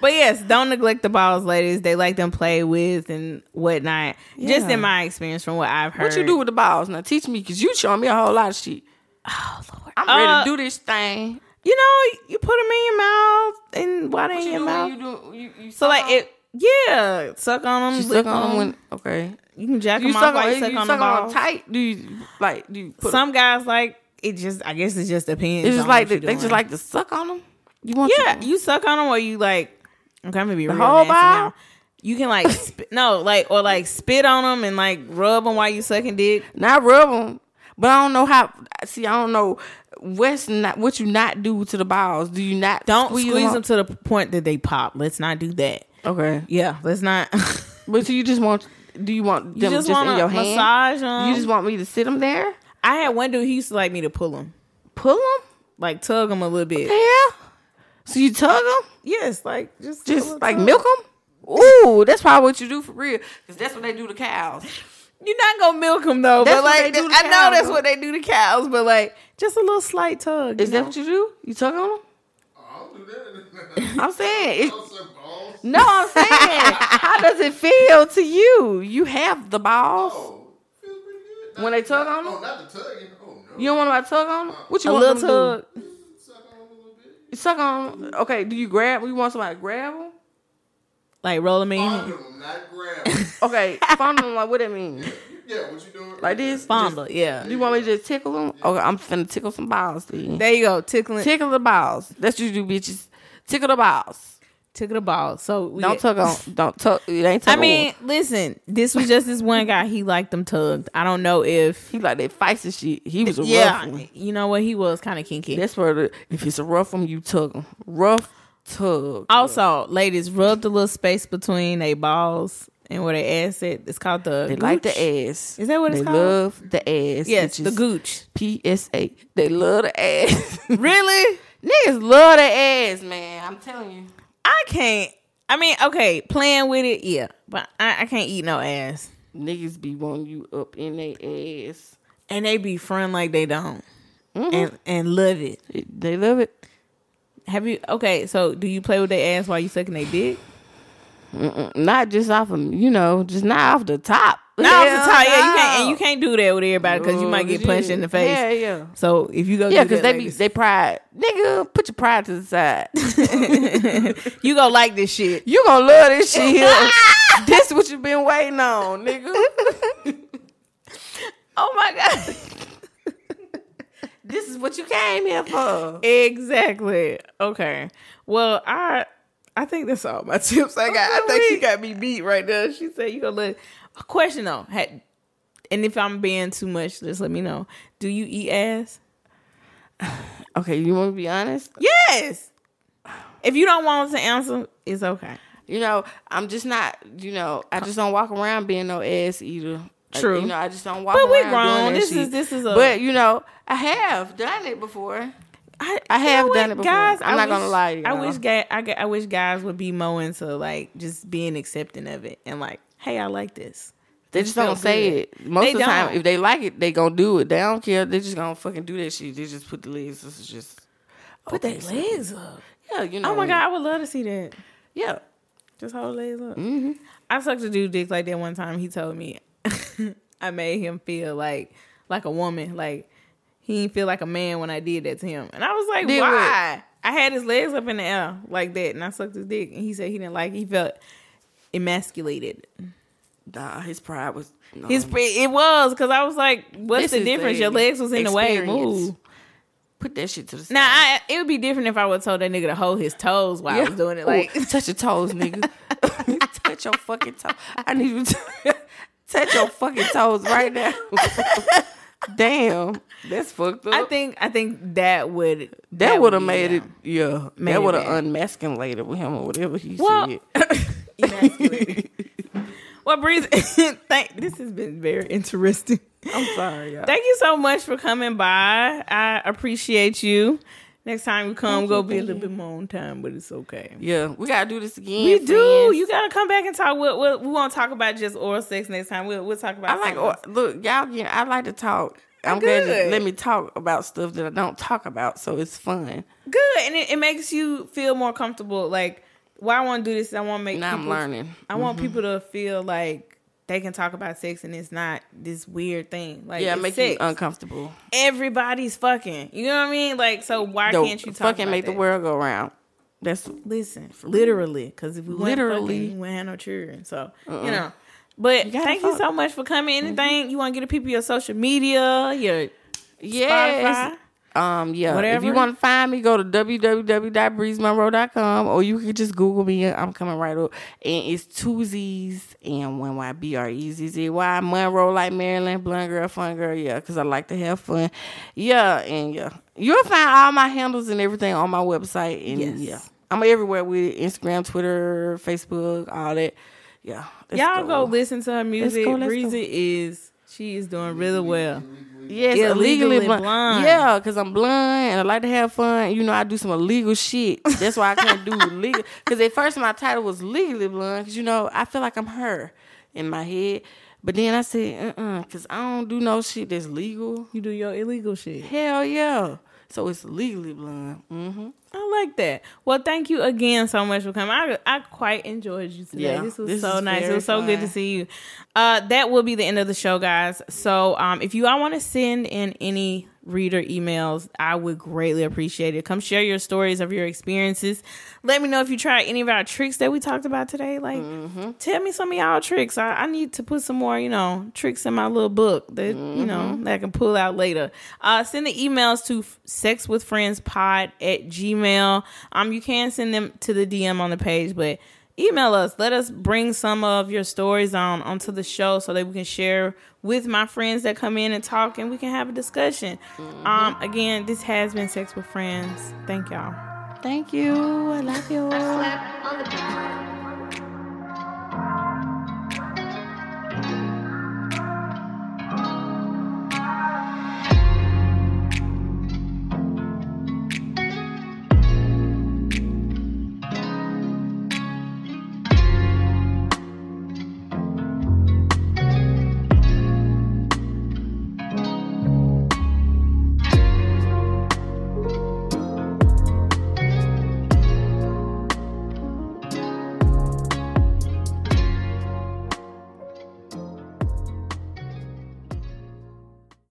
[SPEAKER 1] But yes, don't neglect the balls, ladies. They like them play with and whatnot. Just
[SPEAKER 3] Yeah.
[SPEAKER 1] in my experience, from what I've heard,
[SPEAKER 3] What you do with the balls? Now teach me, cause you showing me a whole lot of shit. Oh Lord, I'm ready
[SPEAKER 1] Uh,
[SPEAKER 3] to do this thing.
[SPEAKER 1] you know, you put them in your mouth and why they in
[SPEAKER 3] You
[SPEAKER 1] your
[SPEAKER 3] do
[SPEAKER 1] mouth?
[SPEAKER 3] when you do you, you
[SPEAKER 1] so like
[SPEAKER 3] suck on-
[SPEAKER 1] it, yeah, suck on them.
[SPEAKER 3] You Uh-huh. suck on them when okay.
[SPEAKER 1] you can jack
[SPEAKER 3] You
[SPEAKER 1] them off
[SPEAKER 3] suck on
[SPEAKER 1] while
[SPEAKER 3] you
[SPEAKER 1] you suck on the
[SPEAKER 3] suck on them
[SPEAKER 1] balls.
[SPEAKER 3] tight. Do you like do you put
[SPEAKER 1] Some guys like it. Just I guess it just depends.
[SPEAKER 3] It's just
[SPEAKER 1] on
[SPEAKER 3] like
[SPEAKER 1] what
[SPEAKER 3] they,
[SPEAKER 1] you
[SPEAKER 3] they just
[SPEAKER 1] doing.
[SPEAKER 3] like to suck on them. You want
[SPEAKER 1] yeah.
[SPEAKER 3] to,
[SPEAKER 1] You suck on them or you like. Okay, I'm gonna be real
[SPEAKER 3] whole
[SPEAKER 1] nasty
[SPEAKER 3] ball?
[SPEAKER 1] now. You can
[SPEAKER 3] [LAUGHS]
[SPEAKER 1] like sp- no like or like spit on them and like rub them while you sucking dick.
[SPEAKER 3] not rub them, but I don't know how. See, I don't know what's not what you not do to the balls. Do you not
[SPEAKER 1] Don't squeeze, them
[SPEAKER 3] up?
[SPEAKER 1] to the point that they pop. Let's not do that.
[SPEAKER 3] okay,
[SPEAKER 1] Yeah, let's not. [LAUGHS] you
[SPEAKER 3] but so you just want do you want them
[SPEAKER 1] just
[SPEAKER 3] just,
[SPEAKER 1] want
[SPEAKER 3] in
[SPEAKER 1] to
[SPEAKER 3] your hand?
[SPEAKER 1] massage them.
[SPEAKER 3] You just want me to sit them there,
[SPEAKER 1] I had one dude. He used to like me to pull him,
[SPEAKER 3] pull them,
[SPEAKER 1] like tug him a little bit.
[SPEAKER 3] yeah. So you tug them,
[SPEAKER 1] Yes, like just a little
[SPEAKER 3] just like
[SPEAKER 1] tug.
[SPEAKER 3] milk them. Ooh, that's probably what you do for real, because that's what they do to cows.
[SPEAKER 1] You're not gonna milk them though,
[SPEAKER 3] That's
[SPEAKER 1] but
[SPEAKER 3] what
[SPEAKER 1] like
[SPEAKER 3] they do to
[SPEAKER 1] I know
[SPEAKER 3] cows,
[SPEAKER 1] that's
[SPEAKER 3] though.
[SPEAKER 1] what they do to cows, but like just a little slight tug.
[SPEAKER 3] Is
[SPEAKER 1] you
[SPEAKER 3] that
[SPEAKER 1] know?
[SPEAKER 3] what you do? You tug on
[SPEAKER 2] I don't do
[SPEAKER 3] them? [LAUGHS]
[SPEAKER 2] that. [LAUGHS]
[SPEAKER 3] I'm saying it,
[SPEAKER 2] I don't suck balls.
[SPEAKER 3] No, I'm saying, how does it feel to you? You have the balls.
[SPEAKER 2] Oh, feels pretty good.
[SPEAKER 3] When they tug on
[SPEAKER 2] Oh,
[SPEAKER 3] them?
[SPEAKER 2] not the tugging. Oh no.
[SPEAKER 3] You don't want nobody to tug on them? What you
[SPEAKER 1] a
[SPEAKER 3] want
[SPEAKER 1] little
[SPEAKER 3] them to do?
[SPEAKER 1] tug?
[SPEAKER 2] suck on them a little bit.
[SPEAKER 3] You suck on them? Okay, do you grab? You want somebody to grab them?
[SPEAKER 1] Like rolling me
[SPEAKER 2] Fondle
[SPEAKER 1] in.
[SPEAKER 3] Oh.
[SPEAKER 2] them, not
[SPEAKER 3] [LAUGHS]
[SPEAKER 2] grab them.
[SPEAKER 1] [LAUGHS]
[SPEAKER 3] Okay, fondle them, like what that mean?
[SPEAKER 2] yeah, what you doing?
[SPEAKER 3] Like this?
[SPEAKER 1] Fondle, yeah.
[SPEAKER 3] Just- you want me to just tickle them? Okay, I'm finna tickle some balls then.
[SPEAKER 1] There you go, tickling, tick,
[SPEAKER 3] Tickle the balls. That's what you do, bitches. Tickle the balls.
[SPEAKER 1] tickle the ball. So we
[SPEAKER 3] Don't tug on. [LAUGHS] Don't tug. It ain't
[SPEAKER 1] I
[SPEAKER 3] tug on.
[SPEAKER 1] mean, listen, this was just this one guy. He liked them tugged. I don't know if
[SPEAKER 3] He like that feisty shit. He was a rough
[SPEAKER 1] yeah,
[SPEAKER 3] one.
[SPEAKER 1] you know what? He was kind of kinky.
[SPEAKER 3] That's where the, if it's a rough one, you tug 'em. Rough tug.
[SPEAKER 1] also, ladies, rub the little space between they balls and where they ass at. It's called the
[SPEAKER 3] They like the
[SPEAKER 1] gooch.
[SPEAKER 3] ass.
[SPEAKER 1] Is that what
[SPEAKER 3] they
[SPEAKER 1] it's called?
[SPEAKER 3] love the ass.
[SPEAKER 1] Yes,
[SPEAKER 3] which
[SPEAKER 1] the
[SPEAKER 3] is
[SPEAKER 1] gooch.
[SPEAKER 3] PSA. They love the ass. [LAUGHS]
[SPEAKER 1] Really?
[SPEAKER 3] Niggas love the ass, man. I'm telling you.
[SPEAKER 1] I can't. I mean, okay, playing with it, yeah, but I, I can't eat no ass.
[SPEAKER 3] Niggas be wanting you up in their ass.
[SPEAKER 1] And they be front like they don't,
[SPEAKER 3] Mm-hmm.
[SPEAKER 1] and and love it.
[SPEAKER 3] It- they love it.
[SPEAKER 1] Have you okay? So do you play with their ass while you sucking their
[SPEAKER 3] [LAUGHS]
[SPEAKER 1] dick?
[SPEAKER 3] Not just off of you know, just not off the top.
[SPEAKER 1] No, off the
[SPEAKER 3] Hell
[SPEAKER 1] top, yeah, you can't.
[SPEAKER 3] no.
[SPEAKER 1] And
[SPEAKER 3] [LAUGHS]
[SPEAKER 1] you can't do that with everybody because you
[SPEAKER 3] No,
[SPEAKER 1] might get
[SPEAKER 3] 'cause
[SPEAKER 1] punched
[SPEAKER 3] you-
[SPEAKER 1] in the face.
[SPEAKER 3] Yeah, yeah.
[SPEAKER 1] So if you go,
[SPEAKER 3] Yeah,
[SPEAKER 1] do
[SPEAKER 3] because
[SPEAKER 1] that,
[SPEAKER 3] they be
[SPEAKER 1] ladies,
[SPEAKER 3] they pride. Nigga, put your pride to the side. [LAUGHS]
[SPEAKER 1] you gonna like this [LAUGHS] shit.
[SPEAKER 3] you gonna love this shit here. this what you been waiting on, nigga.
[SPEAKER 1] [LAUGHS] Oh my god.
[SPEAKER 3] this is what you came here for.
[SPEAKER 1] Exactly. Okay. Well, I I think that's all my [LAUGHS] tips I got. I think she got me beat right there. She said you gonna let a question though. Had, and if I'm being too much, just let me know. Do you eat ass?
[SPEAKER 3] Okay, you wanna be honest?
[SPEAKER 1] Yes. If you don't want to answer, it's okay.
[SPEAKER 3] You know, I'm just not, you know, I just don't walk around being no ass eater. Like,
[SPEAKER 1] True.
[SPEAKER 3] you know, I just don't walk
[SPEAKER 1] But
[SPEAKER 3] around.
[SPEAKER 1] we
[SPEAKER 3] doing
[SPEAKER 1] grown.
[SPEAKER 3] that
[SPEAKER 1] This
[SPEAKER 3] shit.
[SPEAKER 1] is- this is a-
[SPEAKER 3] But you know, I have done it before. I
[SPEAKER 1] you
[SPEAKER 3] have
[SPEAKER 1] know
[SPEAKER 3] done
[SPEAKER 1] what,
[SPEAKER 3] it before. I'm not gonna lie to you,
[SPEAKER 1] I
[SPEAKER 3] no.
[SPEAKER 1] wish guy, I, gu- I wish guys would be more into like just being accepting of it and like, hey, I like this.
[SPEAKER 3] They just
[SPEAKER 1] felt
[SPEAKER 3] don't say
[SPEAKER 1] good.
[SPEAKER 3] it. Most
[SPEAKER 1] They
[SPEAKER 3] of the time,
[SPEAKER 1] don't.
[SPEAKER 3] if they like it, they gonna do it. They don't care. They just gonna fucking do that shit. They just put the legs. This is just
[SPEAKER 1] Put their legs up.
[SPEAKER 3] yeah, you know.
[SPEAKER 1] Oh my god, I would love to see that.
[SPEAKER 3] yeah.
[SPEAKER 1] Just hold legs up.
[SPEAKER 3] Mm-hmm.
[SPEAKER 1] I sucked a dude dick like that one time. He told me [LAUGHS] I made him feel like like a woman. Like he didn't feel like a man when I did that to him. And I was like,
[SPEAKER 3] Did what?
[SPEAKER 1] why? I had his legs up in the air like that, and I sucked his dick. And he said he didn't like. It. He felt emasculated.
[SPEAKER 3] Nah, his pride was. No.
[SPEAKER 1] His it was because I was like, what's
[SPEAKER 3] Oh. This
[SPEAKER 1] the
[SPEAKER 3] is
[SPEAKER 1] difference?
[SPEAKER 3] the
[SPEAKER 1] Your legs was in the way.
[SPEAKER 3] experience.
[SPEAKER 1] Move.
[SPEAKER 3] put that shit to the side.
[SPEAKER 1] Now I, it would be different if I would told that nigga to hold his toes while I was doing it. Like
[SPEAKER 3] [LAUGHS] Ooh, touch your toes, nigga. touch your fucking toes. I need you to [LAUGHS] touch your fucking toes right now. [LAUGHS] Damn, that's fucked up.
[SPEAKER 1] I think I think that would that,
[SPEAKER 3] that would have
[SPEAKER 1] be,
[SPEAKER 3] made
[SPEAKER 1] yeah.
[SPEAKER 3] it. Yeah,
[SPEAKER 1] Made it
[SPEAKER 3] that would have
[SPEAKER 1] bad.
[SPEAKER 3] unmasculated with him or whatever he
[SPEAKER 1] Well, [COUGHS]
[SPEAKER 3] said.
[SPEAKER 1] Emasculated. well, Breeze, [LAUGHS] thank, this has been very interesting.
[SPEAKER 3] I'm sorry, y'all.
[SPEAKER 1] Thank you so much for coming by. I appreciate you. Next time you come, go be a little bit more on time, but it's okay.
[SPEAKER 3] yeah, we gotta do this again.
[SPEAKER 1] We do.
[SPEAKER 3] friends.
[SPEAKER 1] You gotta come back and talk. We'll, we'll, we won't talk about just oral sex next time. We'll, we'll talk about.
[SPEAKER 3] I like
[SPEAKER 1] something else.
[SPEAKER 3] or, look, y'all. Get, I like to talk. I'm glad
[SPEAKER 1] Good.
[SPEAKER 3] you let me talk about stuff that I don't talk about, so it's fun.
[SPEAKER 1] good, and it, it makes you feel more comfortable. Like, why I want to do this? I want to make.
[SPEAKER 3] Now I'm
[SPEAKER 1] people-
[SPEAKER 3] learning.
[SPEAKER 1] I want people to feel like they can talk about sex and it's not this weird thing. Like,
[SPEAKER 3] Yeah,
[SPEAKER 1] it's
[SPEAKER 3] make
[SPEAKER 1] sex.
[SPEAKER 3] you uncomfortable.
[SPEAKER 1] everybody's fucking. You know what I mean? Like, so why
[SPEAKER 3] Don't
[SPEAKER 1] can't you talk
[SPEAKER 3] fucking
[SPEAKER 1] about
[SPEAKER 3] make
[SPEAKER 1] that?
[SPEAKER 3] the world go round. That's
[SPEAKER 1] Listen, literally, because if we literally
[SPEAKER 3] Literally. Uh-uh.
[SPEAKER 1] fucking, we wouldn't have no children. So you know. But
[SPEAKER 3] gotta
[SPEAKER 1] thank you
[SPEAKER 3] fuck. Mm-hmm.
[SPEAKER 1] so much for coming. Anything you want to get the people your social media, your
[SPEAKER 3] yes.
[SPEAKER 1] Spotify.
[SPEAKER 3] Um, yeah. If
[SPEAKER 1] Whatever.
[SPEAKER 3] you want to find me, go to www.breezemonroe.com or you can just Google me. I'm coming right up. And it's two Z's and one Y B R E Z Z Y Monroe like Maryland, blonde girl, fun girl. Yeah, because I like to have fun. Yeah, and yeah, you'll find all my handles and everything on my website. And
[SPEAKER 1] Yes.
[SPEAKER 3] yeah, I'm everywhere with it. Instagram, Twitter, Facebook, all that. Yeah, let's
[SPEAKER 1] Y'all go. listen to her music.
[SPEAKER 3] go, let's go.
[SPEAKER 1] Breezy is she is doing really well.
[SPEAKER 3] Yes,
[SPEAKER 1] Yeah,
[SPEAKER 3] illegally,
[SPEAKER 1] legally
[SPEAKER 3] blonde.
[SPEAKER 1] blonde.
[SPEAKER 3] Yeah, because I'm blind and I like to have fun. You know, I do some illegal shit. That's why I can't do legal. Because at first my title was legally blonde. Because you know, I feel like I'm her in my head. But then I said, uh, uh because I don't do no shit that's legal.
[SPEAKER 1] You do your illegal shit.
[SPEAKER 3] Hell yeah. So it's legally blonde. Mm-hmm.
[SPEAKER 1] I like that. Well, thank you again so much for coming. I I quite enjoyed you today.
[SPEAKER 3] Yeah,
[SPEAKER 1] this was
[SPEAKER 3] this
[SPEAKER 1] so
[SPEAKER 3] is
[SPEAKER 1] nice. It
[SPEAKER 3] very
[SPEAKER 1] was so good to
[SPEAKER 3] fun.
[SPEAKER 1] see you. Uh, that will be the end of the show, guys. So, um, if you all want to send in any reader emails, I would greatly appreciate it. Come share your stories of your experiences. Let me know if you tried any of our tricks that we talked about today. Like, tell me some of y'all tricks. I, I need to put some more, you know, tricks in my little book that you know that I can pull out later. Uh, send the emails to sexwithfriendspod at gmail. Um, you can send them to the DM on the page, but email us. Let us bring some of your stories on onto the show so that we can share with my friends that come in and talk, and we can have a discussion. Um, again, this has been Sex with Friends. Thank y'all.
[SPEAKER 3] Thank you. I love you.
[SPEAKER 4] I slept on the bed.